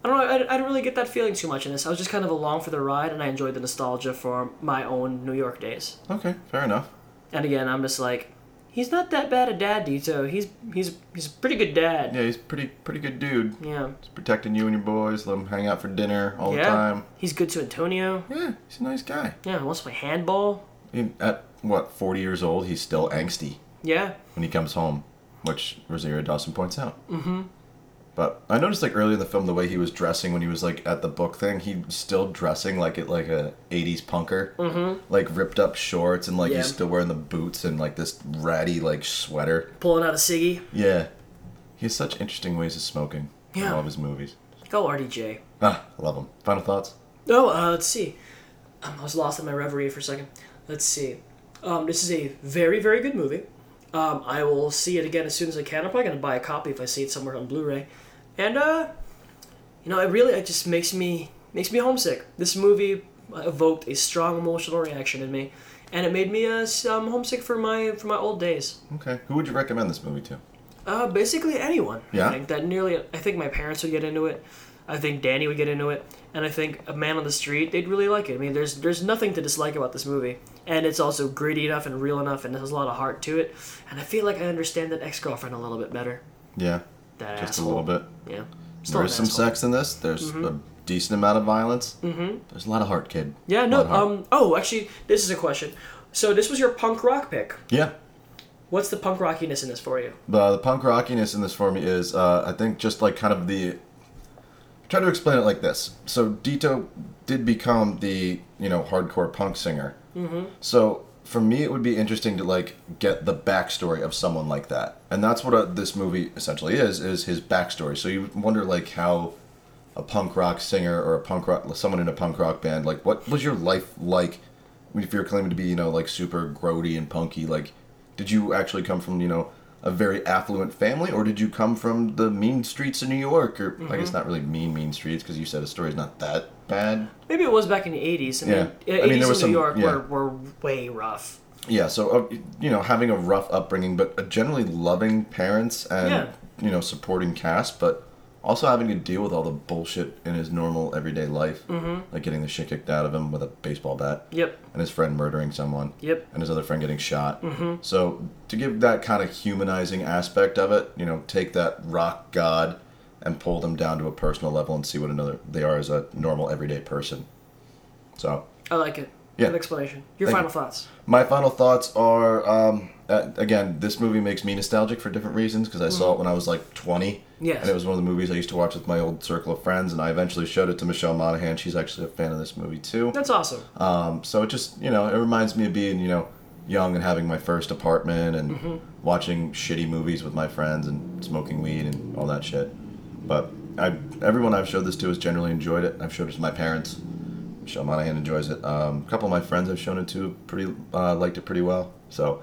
B: I don't know. I, I don't really get that feeling too much in this. I was just kind of along for the ride, and I enjoyed the nostalgia for my own New York days.
A: Okay, fair enough.
B: And again, I'm just like, he's not that bad a dad, Dito. He's he's he's a pretty good dad.
A: Yeah, he's pretty pretty good dude.
B: Yeah.
A: He's protecting you and your boys. Let him hang out for dinner all the
B: Yeah.
A: time.
B: He's good to Antonio.
A: Yeah, he's a nice guy.
B: Yeah, wants to play handball.
A: And at what, 40 years old, he's still angsty
B: Yeah,
A: when he comes home, which Rosario Dawson points out. Mm-hmm. But I noticed like earlier in the film the way he was dressing when he was like at the book thing, he was still dressing like it like a 80s punker. Mm-hmm. Like ripped up shorts and like
B: Yeah.
A: he's still wearing the boots and like this ratty like sweater.
B: pulling out a ciggy.
A: Yeah. He has such interesting ways of smoking.
B: Yeah.
A: I love his movies.
B: Go RDJ.
A: Ah, I love him. Final thoughts?
B: Oh, uh, let's see. Um, I was lost in my reverie for a second. Let's see. Um, this is a very, very good movie. Um, I will see it again as soon as I can. I'm probably gonna buy a copy if I see it somewhere on Blu-ray. And uh, you know, it really it just makes me makes me homesick. This movie evoked a strong emotional reaction in me, and it made me uh, s- um, homesick for my for my old days.
A: Okay. Who would you recommend this movie to?
B: Uh, basically anyone.
A: Yeah?
B: I think that nearly. I think my parents would get into it. I think Danny would get into it, and I think a man on the street they'd really like it. I mean, there's there's nothing to dislike about this movie, and it's also gritty enough and real enough, and it has a lot of heart to it. And I feel like I understand that ex girlfriend a little bit better.
A: Yeah.
B: That
A: Just
B: asshole.
A: a little bit.
B: Yeah. Still
A: There is
B: an asshole.
A: some
B: Mm-hmm.
A: sex in this. There's a decent amount of violence. Mm-hmm. There's a lot of heart, kid.
B: Yeah.
A: A lot
B: No.
A: of heart.
B: Um. Oh, actually, this is a question. So this was your punk rock pick.
A: Yeah.
B: What's the punk rockiness in this for you?
A: The, the punk rockiness in this for me is, uh, I think, just like kind of the. Try to explain it like this. So Dito did become the you know hardcore punk singer. Mm-hmm. So for me, it would be interesting to like get the backstory of someone like that, and that's what uh this movie essentially is: is his backstory. So you wonder like how a punk rock singer or a punk rock someone in a punk rock band like what was your life like I mean, if you're claiming to be you know like super grody and punky like did you actually come from you know a very affluent family or did you come from the mean streets of new york or i guess not really mean mean streets because you said the story's not that bad
B: Maybe it was back in the '80s. I mean,
A: Yeah.
B: uh,
A: I mean, there
B: 80s in New
A: was some-
B: York
A: yeah.
B: were, were way rough.
A: yeah so uh, you know having a rough upbringing but a generally loving parents and
B: Yeah.
A: you know supporting cast but also having to deal with all the bullshit in his normal everyday life mm-hmm. like getting the shit kicked out of him with a baseball bat
B: Yep.
A: and his friend murdering someone.
B: Yep.
A: And his other friend getting shot. Mm-hmm. So to give that kind of humanizing aspect of it, you know, take that rock god and pull them down to a personal level and see what another they are as a normal everyday person. So
B: I like it.
A: Yeah.
B: Good explanation. Your
A: Thank
B: final
A: you.
B: thoughts.
A: my final thoughts are um, uh, again, this movie makes me nostalgic for different reasons because I saw it when I was like 20.
B: Yes.
A: And it was one of the movies I used to watch with my old circle of friends, and I eventually showed it to Michelle Monaghan. She's actually a fan of this movie too.
B: That's awesome.
A: Um, so it just you know it reminds me of being you know young and having my first apartment and
B: Mm-hmm.
A: watching shitty movies with my friends and smoking weed and all that shit. But I everyone I've showed this to has generally enjoyed it. I've showed it to my parents, Sean Monahan enjoys it. Um, a couple of my friends I've shown it to pretty uh, liked it pretty well. So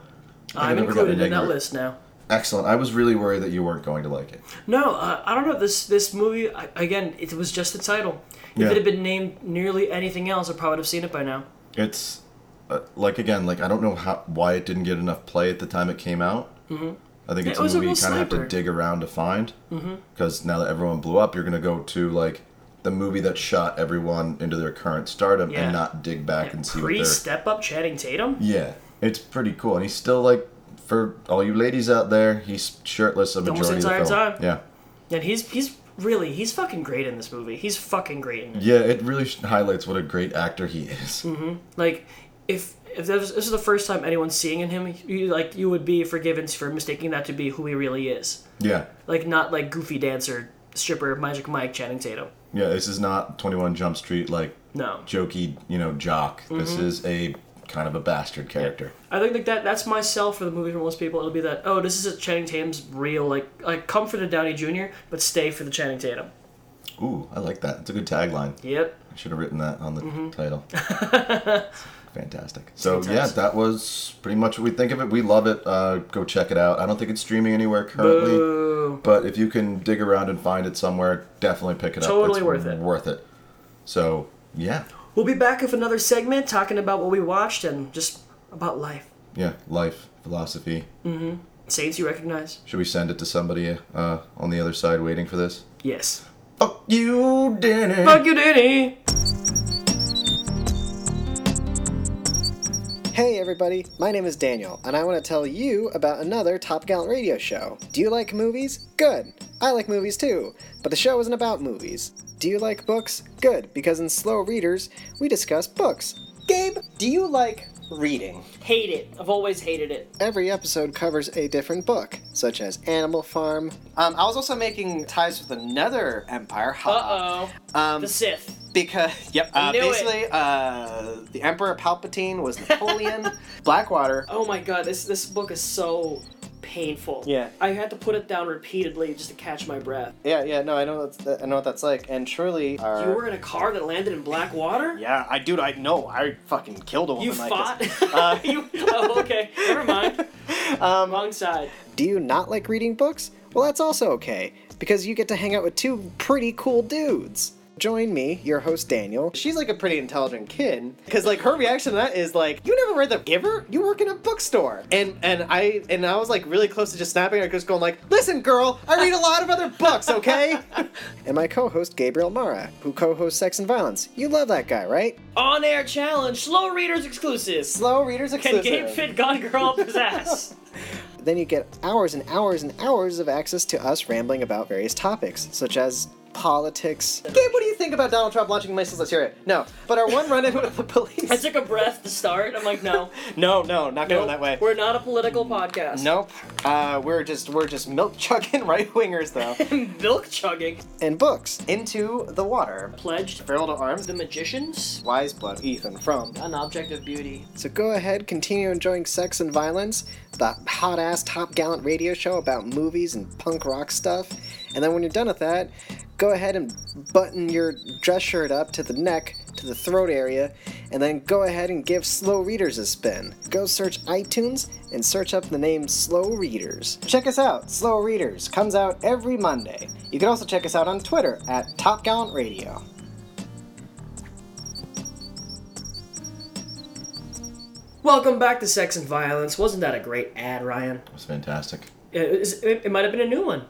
A: I
B: I'm
A: never got a
B: included in that
A: negative-
B: list now.
A: excellent. I was really worried that you weren't going to like it.
B: No, uh, I don't know. This this movie I, again, it was just the title. If
A: Yeah.
B: it had been named nearly anything else, I probably would have seen it by now.
A: It's uh, like again, like I don't know how why it didn't get enough play at the time it came out. Mm-hmm. I think it's
B: It was
A: a
B: a
A: movie you
B: real
A: kind of have
B: sniper.
A: to
B: Mm-hmm.
A: dig around to find. Because now that everyone blew up, you're gonna go to like the movie that shot everyone into their current stardom
B: Yeah.
A: and not dig back and see what
B: Pre
A: they're.
B: step up Channing Tatum.
A: Yeah, it's pretty cool, and he's still like for all you ladies out there, he's shirtless a majority
B: Almost
A: of
B: entire
A: the film.
B: time.
A: Yeah,
B: And he's he's really he's fucking great in this movie. He's fucking great in it.
A: yeah, it really sh- highlights what a great actor he is.
B: Mm-hmm. Like if if that was, this is the first time anyone's seeing in him, you, like you would be forgiven for mistaking that to be who he really is.
A: Yeah,
B: Like not like goofy dancer, stripper, Magic Mike, Channing Tatum.
A: yeah, this is not Twenty One Jump Street like
B: No,
A: jokey, you know, jock. This
B: Mm-hmm.
A: is a kind of a bastard character.
B: I think like that that's my sell for the movie for most people. It'll be that oh, this is a Channing Tatum's real like like come for the Downey Jr. but stay for the Channing Tatum.
A: Ooh, I like that. It's a good tagline.
B: Yep.
A: I should have written that on the
B: Mm-hmm.
A: title. Fantastic. So yeah,
B: fantastic.
A: that was pretty much what we think of it. We love it. Uh, go check it out. I don't think it's streaming anywhere currently.
B: Boo.
A: But if you can dig around and find it somewhere, definitely pick it up.
B: Totally
A: It's
B: worth it.
A: Worth it. So yeah,
B: We'll be back with another segment talking about what we watched and just about life.
A: yeah, life philosophy.
B: Saves you recognize?
A: Should we send it to somebody uh, on the other side waiting for this?
B: Yes.
A: Fuck you, Danny.
B: Fuck you, Danny.
C: Hey everybody, my name is Daniel, and I want to tell you about another Top Gallant radio show. Do you like movies? Good. I like movies too, but the show isn't about movies. Do you like books? Good, because in Slow Readers, we discuss books. Gabe, do you like reading?
B: Hate it. I've always hated it.
C: Every episode covers a different book, such as Animal Farm. Um, I was also making ties with another empire. ha.
B: Uh oh.
C: Um,
B: The Sith.
C: because yep, uh,
B: knew it.
C: basically, uh, the Emperor Palpatine was Napoleon. Blackwater
B: Oh my god, this this book is so painful.
C: Yeah.
B: I had to put it down repeatedly just to catch my breath.
C: Yeah, yeah, no, I know that's that, I know what that's like. And surely, our,
B: You were in a car that landed in black water?
C: yeah, I dude, I know, I fucking killed a woman.
B: You
C: like
B: fought?
C: this. Uh,
B: you, oh, okay. Never mind. Wrong side.
C: Do you not like reading books? Well, that's also okay because you get to hang out with two pretty cool dudes. Join me, your host Daniel. She's like a pretty intelligent kid because like her reaction to that is like, "You never read The Giver? You work in a bookstore." And and I and I was like really close to just snapping. I just going like, "Listen, girl, I read a lot of other books, okay?" and my co-host Gabriel Mara, who co-hosts Sex and Violence. You love that guy, right?
B: On air challenge, slow readers exclusive.
C: Slow readers
B: Can
C: exclusive.
B: Gabe fit Gone Girl up his ass?
C: Then you get hours and hours and hours of access to us rambling about various topics, such as politics. Gabe, what do you think about Donald Trump launching missiles? Let's hear it. No, but our one run-in with the
B: I
C: police.
B: took a breath to start. I'm like, no.
C: No, no, not
B: no We're not a political podcast.
C: Nope. Uh, we're just we're just milk chugging right wingers though.
B: Milk chugging.
C: and books into the water.
B: Pledged.
C: Feral to arms.
B: The Magicians.
C: Wise blood. Ethan from.
B: An object of beauty.
C: So go ahead, continue enjoying Sex and Violence, the hot ass Top Gallant radio show about movies and punk rock stuff. And then when you're done with that, go ahead and button your dress shirt up to the neck, to the throat area, and then go ahead and give Slow Readers a spin. Go search iTunes and search up the name Slow Readers. Check us out, Slow Readers comes out every Monday. You can also check us out on Twitter at Top Gallant Radio.
B: Welcome back to Sex and Violence. Wasn't that a great ad, Ryan?
A: It was fantastic.
B: It, it's- it, it might have been a new one.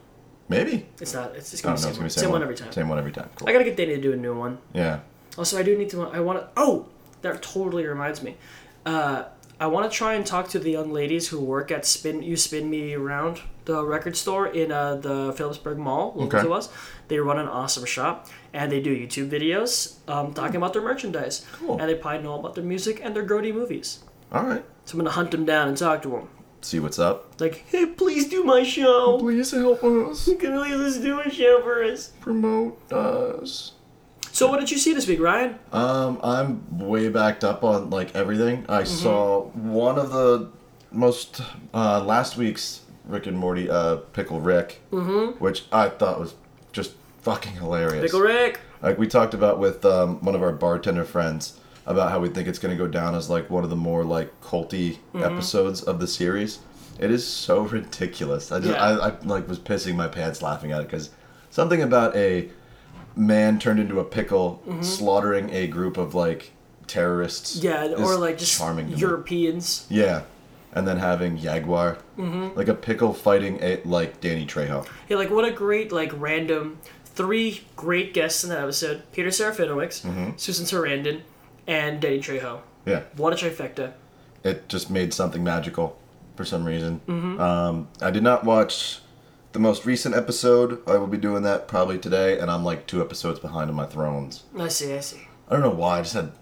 A: Maybe.
B: It's not. It's just
A: I
B: gonna,
A: don't know. It's
B: be, the
A: gonna be
B: same, one. same one every time.
A: Same one every time. Cool.
B: I gotta get Danny to do a new one.
A: Yeah.
B: Also, I do need to. I want to. Oh, that totally reminds me. Uh, I want to try and talk to the young ladies who work at Spin. You Spin Me Around, the record store in uh, the Phillipsburg Mall, local
A: Okay.
B: to us. They run an awesome shop, and they do YouTube videos um, talking about their merchandise.
A: Cool.
B: And they probably know about their music and their grody movies.
A: All right.
B: So I'm gonna hunt them down and talk to them.
A: See what's up.
B: Like, hey, please do my show.
A: Please help us
B: Can you please do a show for us?
A: promote us.
B: So, what did you see this week, Ryan?
A: Um, I'm way backed up on like everything. I
B: Mm-hmm.
A: saw one of the most uh, last week's Rick and Morty uh, Pickle Rick, which I thought was just fucking hilarious.
B: Mm-hmm. Pickle Rick.
A: Like we talked about with um, one of our bartender friends about how we think it's going to go down as like one of the more like culty
B: Mm-hmm.
A: episodes of the series. It is so ridiculous. I just
B: Yeah.
A: I, I like was pissing my pants laughing at it because something about a man turned into a pickle
B: Mm-hmm.
A: slaughtering a group of like terrorists.
B: Yeah,
A: is
B: or like just
A: charming. to me.
B: Europeans.
A: Yeah, and then having Jaguar,
B: Mm-hmm.
A: like a pickle fighting a like Danny Trejo.
B: Yeah, like what a great like random three great guests in that episode: Peter Serafinowicz, Susan Sarandon, and Danny Trejo.
A: Yeah,
B: What a trifecta!
A: it just made something magical for some reason.
B: Mm-hmm.
A: Um, I did not watch the most recent episode. I will be doing that probably today, and I'm like two episodes behind on my Thrones.
B: I see, I see.
A: I don't know why. I just had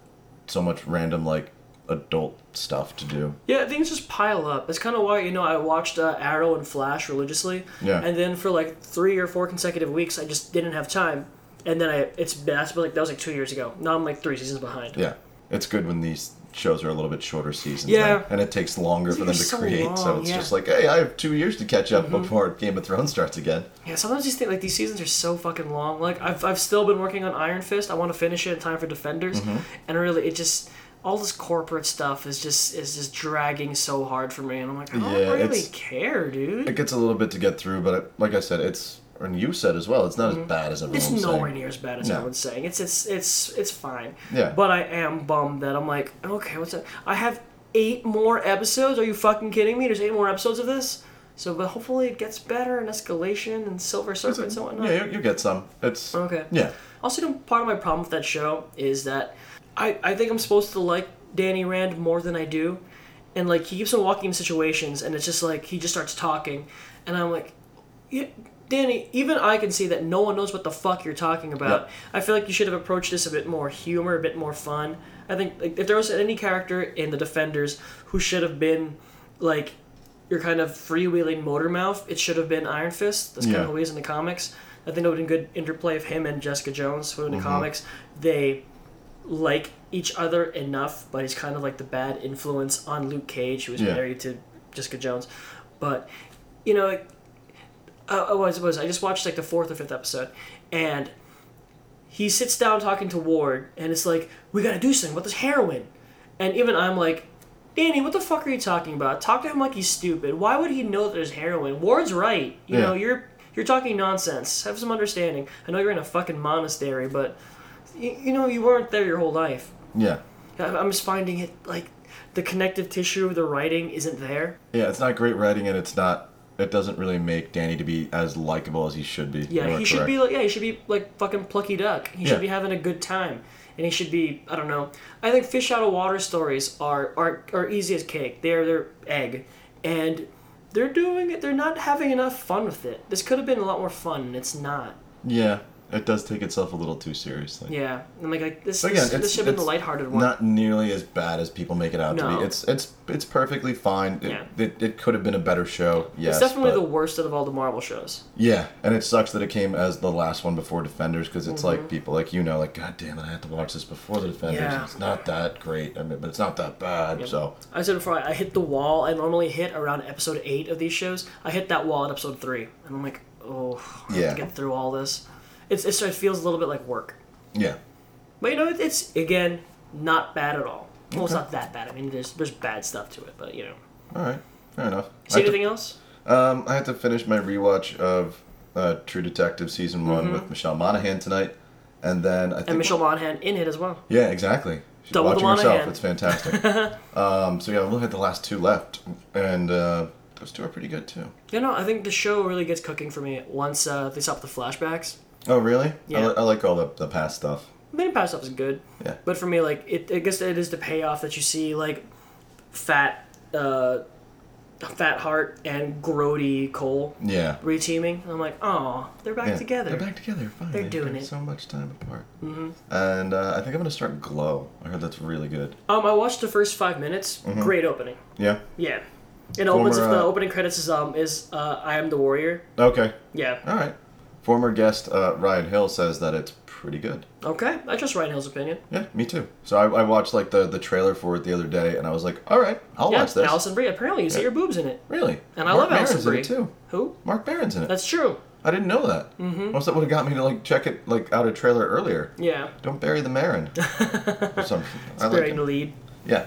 A: so much random like adult stuff to do.
B: Yeah, things just pile up. That's kind of why you know I watched uh, Arrow and Flash religiously.
A: Yeah.
B: And then for like three or four consecutive weeks, I just didn't have time. And then I it's that's been like that was like two years ago. Now I'm like three seasons behind.
A: Yeah, it's good when these shows are a little bit shorter seasons.
B: Yeah.
A: and, and it takes longer for them
B: They're
A: to
B: so
A: create. so
B: long,
A: it's
B: yeah. Mm-hmm.
A: just like, hey, I have two years to catch up before Game of Thrones starts again.
B: Yeah, sometimes these think like these seasons are so fucking long. Like I've, I've still been working on Iron Fist. I want to finish it in time for Defenders,
A: Mm-hmm.
B: and really it just all this corporate stuff is just is just dragging so hard for me, and I'm like I don't
A: Yeah,
B: really
A: it's-
B: care, dude.
A: It gets a little bit to get through, but it, like I said, it's and you said as well, it's not as bad as everyone's
B: Mm-hmm. It's
A: saying.
B: nowhere near as bad as
A: No.
B: everyone's saying. It's it's it's it's fine.
A: Yeah.
B: But I am bummed that I'm like okay, what's that? I have eight more episodes. Are you fucking kidding me? There's eight more episodes of this. So, but hopefully it gets better and escalation and Silver Serpents and whatnot.
A: Yeah, you, you get some. It's
B: Okay.
A: Yeah,
B: Also, you know, part of my problem with that show is that I, I think I'm supposed to like Danny Rand more than I do. And, like, he keeps on walking in situations, and it's just like he just starts talking. And I'm like, yeah, Danny, even I can see that no one knows what the fuck you're talking about.
A: Yep.
B: I feel like you should have approached this a bit more humor, a bit more fun. I think like, if there was any character in The Defenders who should have been, like, your kind of freewheeling motor mouth, it should have been Iron Fist. That's kind
A: Yeah.
B: of who he is in the comics. I think that would have been good interplay of him and Jessica Jones, who in the
A: Mm-hmm.
B: comics they like each other enough, but he's kind of like the bad influence on Luke Cage, who was
A: Yeah.
B: married to Jessica Jones. But you know, uh, I was was I just watched like the fourth or fifth episode, and he sits down talking to Ward, and it's like we gotta do something about this heroin, and even I'm like. Danny, what the fuck are you talking about? Talk to him like he's stupid. Why would he know that there's heroin? Ward's right. You
A: Yeah.
B: know, you're you're talking nonsense. Have some understanding. I know you're in a fucking monastery, but you, you know you weren't there your whole life.
A: yeah,
B: I- I'm just finding it like the connective tissue of the writing isn't there.
A: yeah. It's not great writing, and it's not. It doesn't really make Danny to be as likable as he should be.
B: Yeah,
A: You are
B: he should
A: correct.
B: be like yeah, he should be like fucking plucky duck. He
A: Yeah.
B: should be having a good time. And he should be I don't know. I think fish out of water stories are are, are easy as cake. They're they're egg. And they're doing it they're not having enough fun with it. This could have been a lot more fun and it's not.
A: Yeah, it does take itself a little too seriously.
B: Yeah. And like, like this
A: Again,
B: this,
A: it's-
B: this should have been the
A: it's
B: lighthearted one.
A: Not nearly as bad as people make it out to
B: No.
A: be. It's it's it's perfectly fine. It,
B: Yeah.
A: it, it could have been a better show. Yes,
B: it's definitely
A: but-
B: the worst out of all the Marvel shows.
A: Yeah, and it sucks that it came as the last one before Defenders because it's like people like you know like God damn it I had to watch this before the Defenders.
B: Mm-hmm. Yeah.
A: It's not that great. I mean, but it's not that bad. So
B: I said before, I I hit the wall. I normally hit around episode eight of these shows. I hit that wall at episode three, and I'm like, oh, I
A: Yeah.
B: have to get through all this. It's, it's it feels a little bit like work,
A: yeah,
B: but you know, it, it's again not bad at all. Well, it's not that bad. I mean, there's there's bad stuff to it, but you know.
A: all right, fair enough. I
B: See
A: had to-
B: anything else?
A: Um, I had to finish my rewatch of uh, True Detective season one with Michelle Monaghan tonight, and then I think
B: Mm-hmm. And Michelle Monaghan in it as well.
A: yeah, exactly. She's
B: Double the
A: watching herself.
B: Monaghan.
A: It's fantastic. um, so yeah, I've only had the last two left, and uh, those two are pretty good too.
B: You know, I think the show really gets cooking for me once uh, they stop the flashbacks.
A: Oh really? I,
B: Yeah.
A: li- I like all the, the past stuff.
B: Mini past stuff is good.
A: Yeah.
B: But for me, like, it, I guess it is the payoff that you see, like, fat, uh, fat heart and grody Cole
A: Yeah.
B: reteaming. And I'm like, oh, they're back
A: Yeah,
B: together.
A: They're back together. Finally.
B: doing
A: After
B: it.
A: So much time apart. Mm-hmm. And uh, I think I'm gonna start Glow. I heard that's really good.
B: Um, I watched the first five minutes. Great opening.
A: Yeah.
B: Yeah. It
A: Mm-hmm. Former,
B: opens with the
A: uh,
B: opening credits is um is uh, I am the warrior.
A: Okay.
B: Yeah.
A: All right. Former guest uh, Ryan Hill says that it's pretty good.
B: Okay. I trust Ryan Hill's opinion.
A: Yeah, me too. So I, I watched like the the trailer for it the other day, and I was like, all right, I'll
B: Yeah.
A: watch this.
B: Alison Brie. Apparently, you see your boobs in it.
A: Really?
B: And I love
A: Mark Maron's
B: Alison
A: in
B: Brie
A: it too.
B: Who?
A: Mark Barron's in it.
B: That's true.
A: I didn't know that. Mm-hmm. Unless that would have got me to like check it like out a trailer earlier.
B: Yeah.
A: Don't bury the Marin. or something. I like
B: Burying the
A: it.
B: lead.
A: Yeah.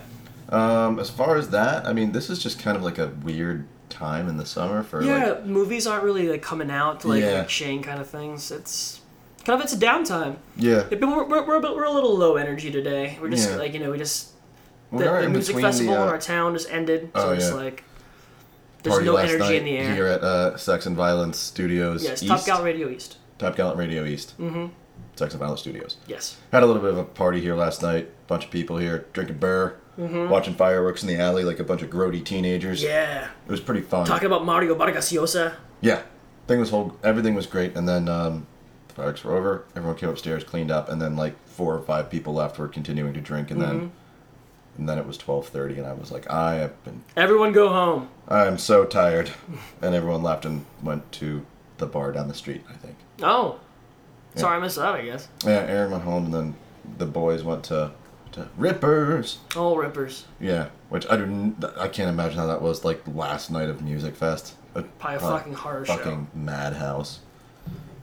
A: Um, as far as that, I mean, this is just kind of like a weird time in the summer for
B: Yeah,
A: like
B: movies aren't really like coming out to like
A: Yeah.
B: like Shane kind of things. It's kind of it's a downtime.
A: yeah.
B: Yeah, but we're, we're, we're, a bit- we're a little low energy today. We're just
A: Yeah.
B: like you know we just
A: We
B: the,
A: are
B: the
A: in
B: music
A: between
B: festival
A: the, uh,
B: in our town just ended, so
A: oh,
B: it's
A: yeah.
B: like there's
A: party
B: no
A: last
B: energy
A: night
B: in the air.
A: here at uh, Sex and Violence Studios
B: yes,
A: East.
B: Top Gal Radio East.
A: Top Gallant Radio East. Mm-hmm. Sex and Violence Studios.
B: Yes,
A: Had a little bit of a party here last night. Bunch of people here drinking beer, watching fireworks in the alley like a bunch of grody teenagers.
B: Mm-hmm. yeah.
A: It was pretty fun.
B: Talking about Mario Vargasiosa.
A: Yeah, thing was whole. Everything was great, and then um, the fireworks were over. Everyone came upstairs, cleaned up, and then like four or five people left were continuing to drink, and then
B: Mm-hmm.
A: and then it was twelve thirty, and I was like, I have been,
B: Everyone go home.
A: I am so tired, and everyone left and went to the bar down the street. I think.
B: Oh, sorry, I missed that. I guess.
A: Yeah, Aaron went home, and then the boys went to to Rippers.
B: All rippers.
A: Yeah, which I didn't. I can't imagine how that was like last night of Music Fest. A,
B: Probably a fucking horror show.
A: Uh, fucking madhouse.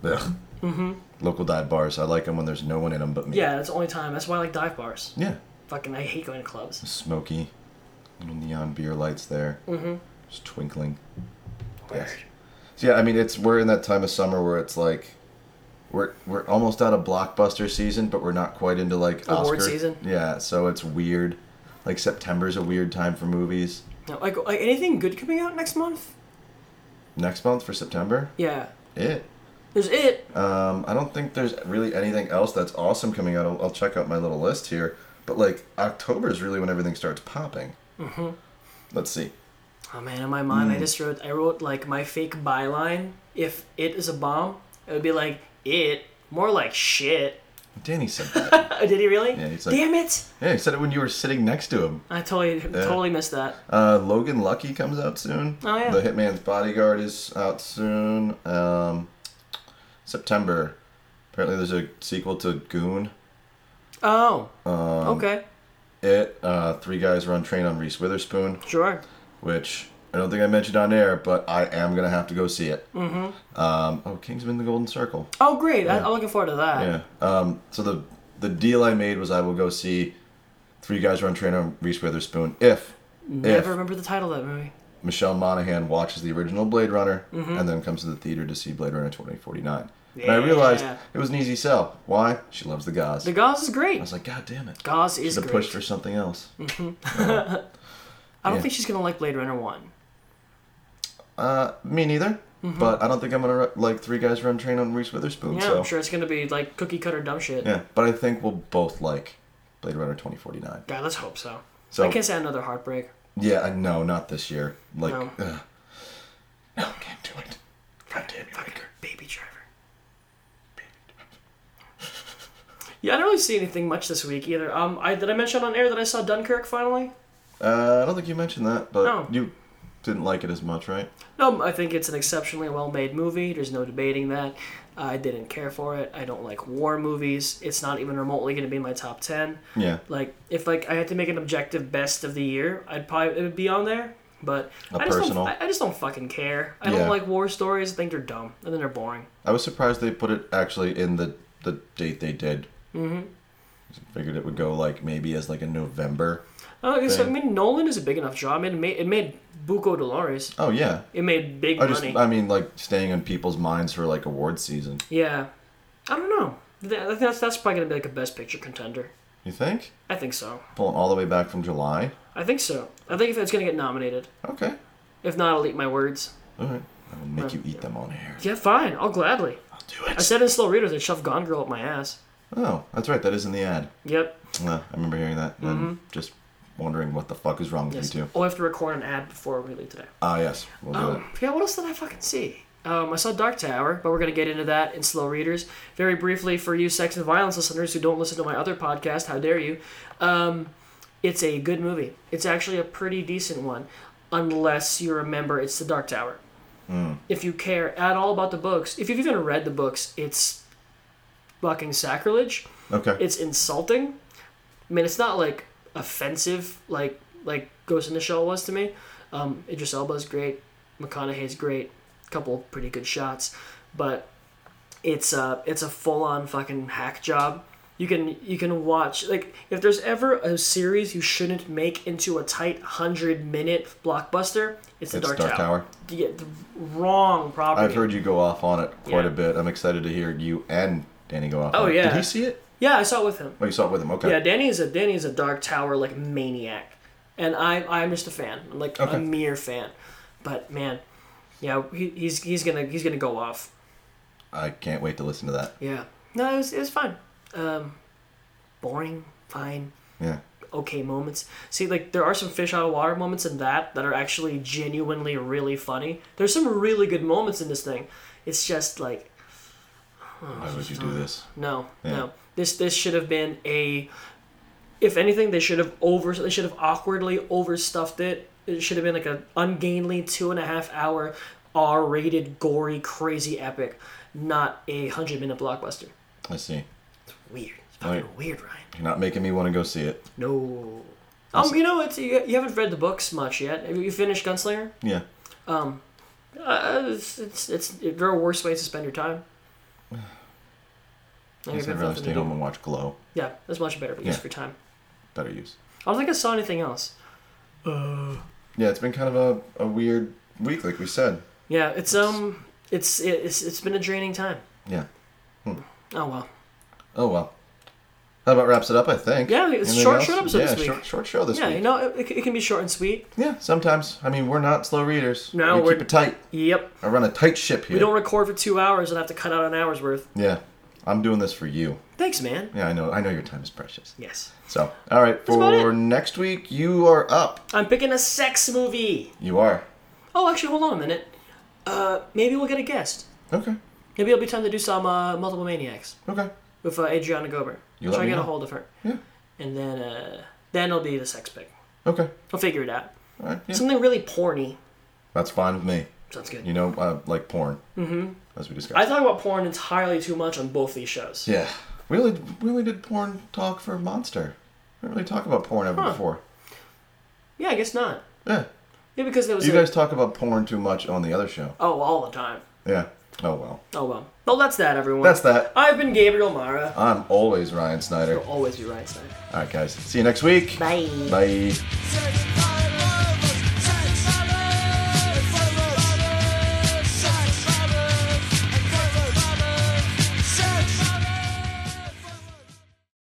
A: Ugh. Mm-hmm. Local dive bars. I like them when there's no one in them but me.
B: Yeah, that's the only time. That's why I like dive bars.
A: Yeah.
B: Fucking, I hate going to clubs.
A: Smoky. Little neon beer lights there. Mm-hmm. Just twinkling. Yes. So yeah, I mean, it's we're in that time of summer where it's like. We're, we're almost out of blockbuster season, but we're not quite into like
B: Award
A: Oscar.
B: season?
A: Yeah, so it's weird. Like September's a weird time for movies.
B: No, like, like anything good coming out next month?
A: Next month for September,
B: Yeah,
A: it.
B: there's it.
A: Um, I don't think there's really anything else that's awesome coming out. I'll, I'll check out my little list here, but like October is really when everything starts popping. Mm-hmm. Let's see.
B: Oh man, in my mind,
A: Hmm.
B: I just wrote. I wrote like my fake byline. If it is a bomb, it would be like it. More like shit.
A: Danny said that.
B: Oh, did he really?
A: Yeah, he's like-
B: Damn it!
A: yeah, he said it when you were sitting next to him.
B: I totally totally missed that.
A: Uh, Logan Lucky comes out soon.
B: Oh, yeah.
A: The Hitman's Bodyguard is out soon. Um, September. Apparently, there's a sequel to Goon.
B: Oh.
A: Um,
B: okay.
A: It. Uh, three guys run train on Reese Witherspoon.
B: Sure.
A: which I don't think I mentioned on air, but I am gonna have to go see it. Mm-hmm. Um, oh, Kingsman: The Golden Circle.
B: Oh great! I, I'm looking forward to that.
A: Yeah. Um, so the the deal I made was I will go see Three Guys Run Train on Reese Witherspoon if
B: Never
A: if
B: remember the title of that movie.
A: Michelle Monaghan watches the original Blade Runner and then comes to the theater to see Blade Runner 2049. And I realized
B: Mm-hmm. Yeah.
A: it was an easy sell. Why? She loves the Gauze.
B: The
A: I
B: Gauze is great.
A: was like, God damn it.
B: Gauze is
A: Should
B: great.
A: have
B: Mm-hmm.
A: pushed for something else.
B: I don't
A: yeah.
B: think she's gonna like Blade Runner One.
A: Uh, me neither. But I don't think I'm gonna re- like Three Guys Run Train on Reese Witherspoon.
B: Mm-hmm. Yeah,
A: so.
B: I'm sure it's gonna be like cookie cutter dumb shit.
A: Yeah, but I think we'll both like Blade Runner 2049.
B: God, let's hope so.
A: So-
B: I can't say another heartbreak.
A: Yeah, I know, not this year. Like,
B: No.
A: no, no can't do it. God damn you, Riker.
B: Baby Driver. Yeah, I don't really see anything much this week either. Um, I did I mention on air that I saw Dunkirk finally?
A: Uh, I don't think you mentioned that, but
B: No.
A: you didn't like it as much, right?
B: No, I think it's an exceptionally well-made movie. There's no debating that. I didn't care for it. I don't like war movies. It's not even remotely going to be in my top ten.
A: Yeah.
B: Like, if like I had to make an objective best of the year, I'd probably it would be on there. But
A: A
B: I just
A: personal.
B: don't. I, I just don't fucking care. I
A: Yeah.
B: don't like war stories. I think they're dumb and then they're boring.
A: I was surprised they put it actually in the the date they did. Mm-hmm. Figured it would go like maybe as like a November.
B: Oh, I guess- I mean, Nolan is a big enough job. It made it made Buco Dolores.
A: Oh yeah.
B: It made big
A: I just
B: money.
A: I mean like staying on people's minds for like award season.
B: yeah, I don't know. Th- I think that's that's probably gonna be like a best picture contender.
A: You think?
B: I think so.
A: Pulling all the way back from July.
B: I think so. I think if it's gonna get nominated.
A: Okay.
B: If not, I'll eat my words.
A: All right. I will make you eat them on air.
B: Yeah, fine. I'll gladly.
A: I'll do it.
B: I said in slow readers, I shoved Gone Girl up my ass.
A: Oh, that's right. That is in the ad.
B: Yep.
A: Uh, I remember hearing that and just wondering what the fuck is wrong with
B: Mm-hmm. Yes.
A: you two.
B: Oh, I have to record an ad before we leave today.
A: Ah, yes. We'll do
B: Um, yeah, what else did I fucking see? Um, I saw Dark Tower, but we're gonna get into that in slow readers very briefly for you, sex and violence listeners who don't listen to my other podcast. How dare you? Um, it's a good movie. It's actually a pretty decent one, unless you remember it's the Dark Tower. If you care at all about the books, if you've even read the books, it's fucking sacrilege.
A: it. Okay.
B: It's insulting. I mean, it's not like offensive, like like Ghost in the Shell was to me. Um, Idris Elba's great. McConaughey's great. Couple pretty good shots, but it's a it's a full on fucking hack job. You can you can watch like if there's ever a series you shouldn't make into a tight hundred minute blockbuster, it's, the
A: It's
B: Dark,
A: Dark
B: Tower.
A: Tower.
B: You get the wrong property.
A: I've heard you go off on it quite
B: Yeah.
A: a bit. I'm excited to hear you and Danny go off.
B: Oh,
A: on it.
B: yeah.
A: Did he see it?
B: Yeah, I saw it with him.
A: Oh, you saw it with him. Okay.
B: Yeah, Danny is a Danny is a Dark Tower like maniac, and I I'm just a fan. I'm like
A: Okay.
B: a mere fan, but man, yeah, he, he's he's gonna he's gonna go off.
A: I can't wait to listen to that.
B: Yeah, no, it was it was fun. Um, boring, fine,
A: Yeah.
B: okay moments. See, like there are some fish out of water moments in that that are actually genuinely really funny. There's some really good moments in this thing. It's just like Oh,
A: Why would you do this?
B: No,
A: Yeah.
B: no. This this should have been a. If anything, they should have over. They should have awkwardly overstuffed it. It should have been like an ungainly two and a half hour, R-rated, gory, crazy epic, not a hundred minute blockbuster.
A: I see.
B: Weird. It's fucking
A: Right.
B: weird, Ryan.
A: You're not making me want to go see it.
B: No. Um, you know what? You, you haven't read the books much yet. Have you finished Gunslinger?
A: Yeah.
B: Uh, it's, it's, it's, there are worse ways to spend your time.
A: I guess I'd rather stay home and watch Glow.
B: Yeah, that's much better use
A: Yeah.
B: for time.
A: Better use.
B: I don't think I saw anything else.
A: Yeah, it's been kind of a, a weird week, like we said.
B: Yeah, it's um, it's it's it's been a draining time.
A: Yeah.
B: Oh well.
A: Oh well. That about wraps it up, I think.
B: Yeah, it's
A: Anything
B: short-
A: else?
B: short episode
A: Yeah,
B: this week.
A: short, short show this
B: Yeah,
A: week.
B: you know, it, it can be short and sweet.
A: Yeah, sometimes. I mean, we're not slow readers.
B: No,
A: we
B: we're-
A: keep it tight.
B: Yep.
A: I run a tight ship here.
B: We don't record for two hours and have to cut out an hour's worth.
A: Yeah, I'm doing this for you.
B: Thanks, man.
A: Yeah, I know. I know your time is precious.
B: Yes.
A: So, all right,
B: about
A: for
B: it.
A: next week, you are up.
B: I'm picking a sex movie.
A: You are.
B: Oh, actually, hold on a minute. Uh, maybe we'll get a guest.
A: Okay.
B: Maybe it'll be time to do some uh, multiple maniacs
A: Okay.
B: with uh, Adriana Gober.
A: You let
B: Try to
A: me
B: get a
A: know.
B: hold of her,
A: Yeah.
B: and then uh, then it'll be the sex pick.
A: Okay.
B: We'll figure it out.
A: All right. Yeah.
B: Something really porny.
A: That's fine with me.
B: Sounds good.
A: You know, I like porn. Mm-hmm. As we discussed.
B: I talk about porn entirely too much on both these shows.
A: yeah. We only we only did porn talk for Monster. We didn't really talk about porn ever
B: Huh.
A: before.
B: Yeah, I guess not.
A: Yeah.
B: Yeah, because there was
A: You
B: a-
A: guys talk about porn too much on the other show.
B: Oh, all the time.
A: Yeah. Oh well.
B: Oh well. Well, that's that, everyone.
A: That's that.
B: I've been Gabriel Mara.
A: I'm always Ryan Snyder.
B: You'll always be right side.
A: All right, guys. See you next week.
B: Bye.
A: Bye.
D: Search for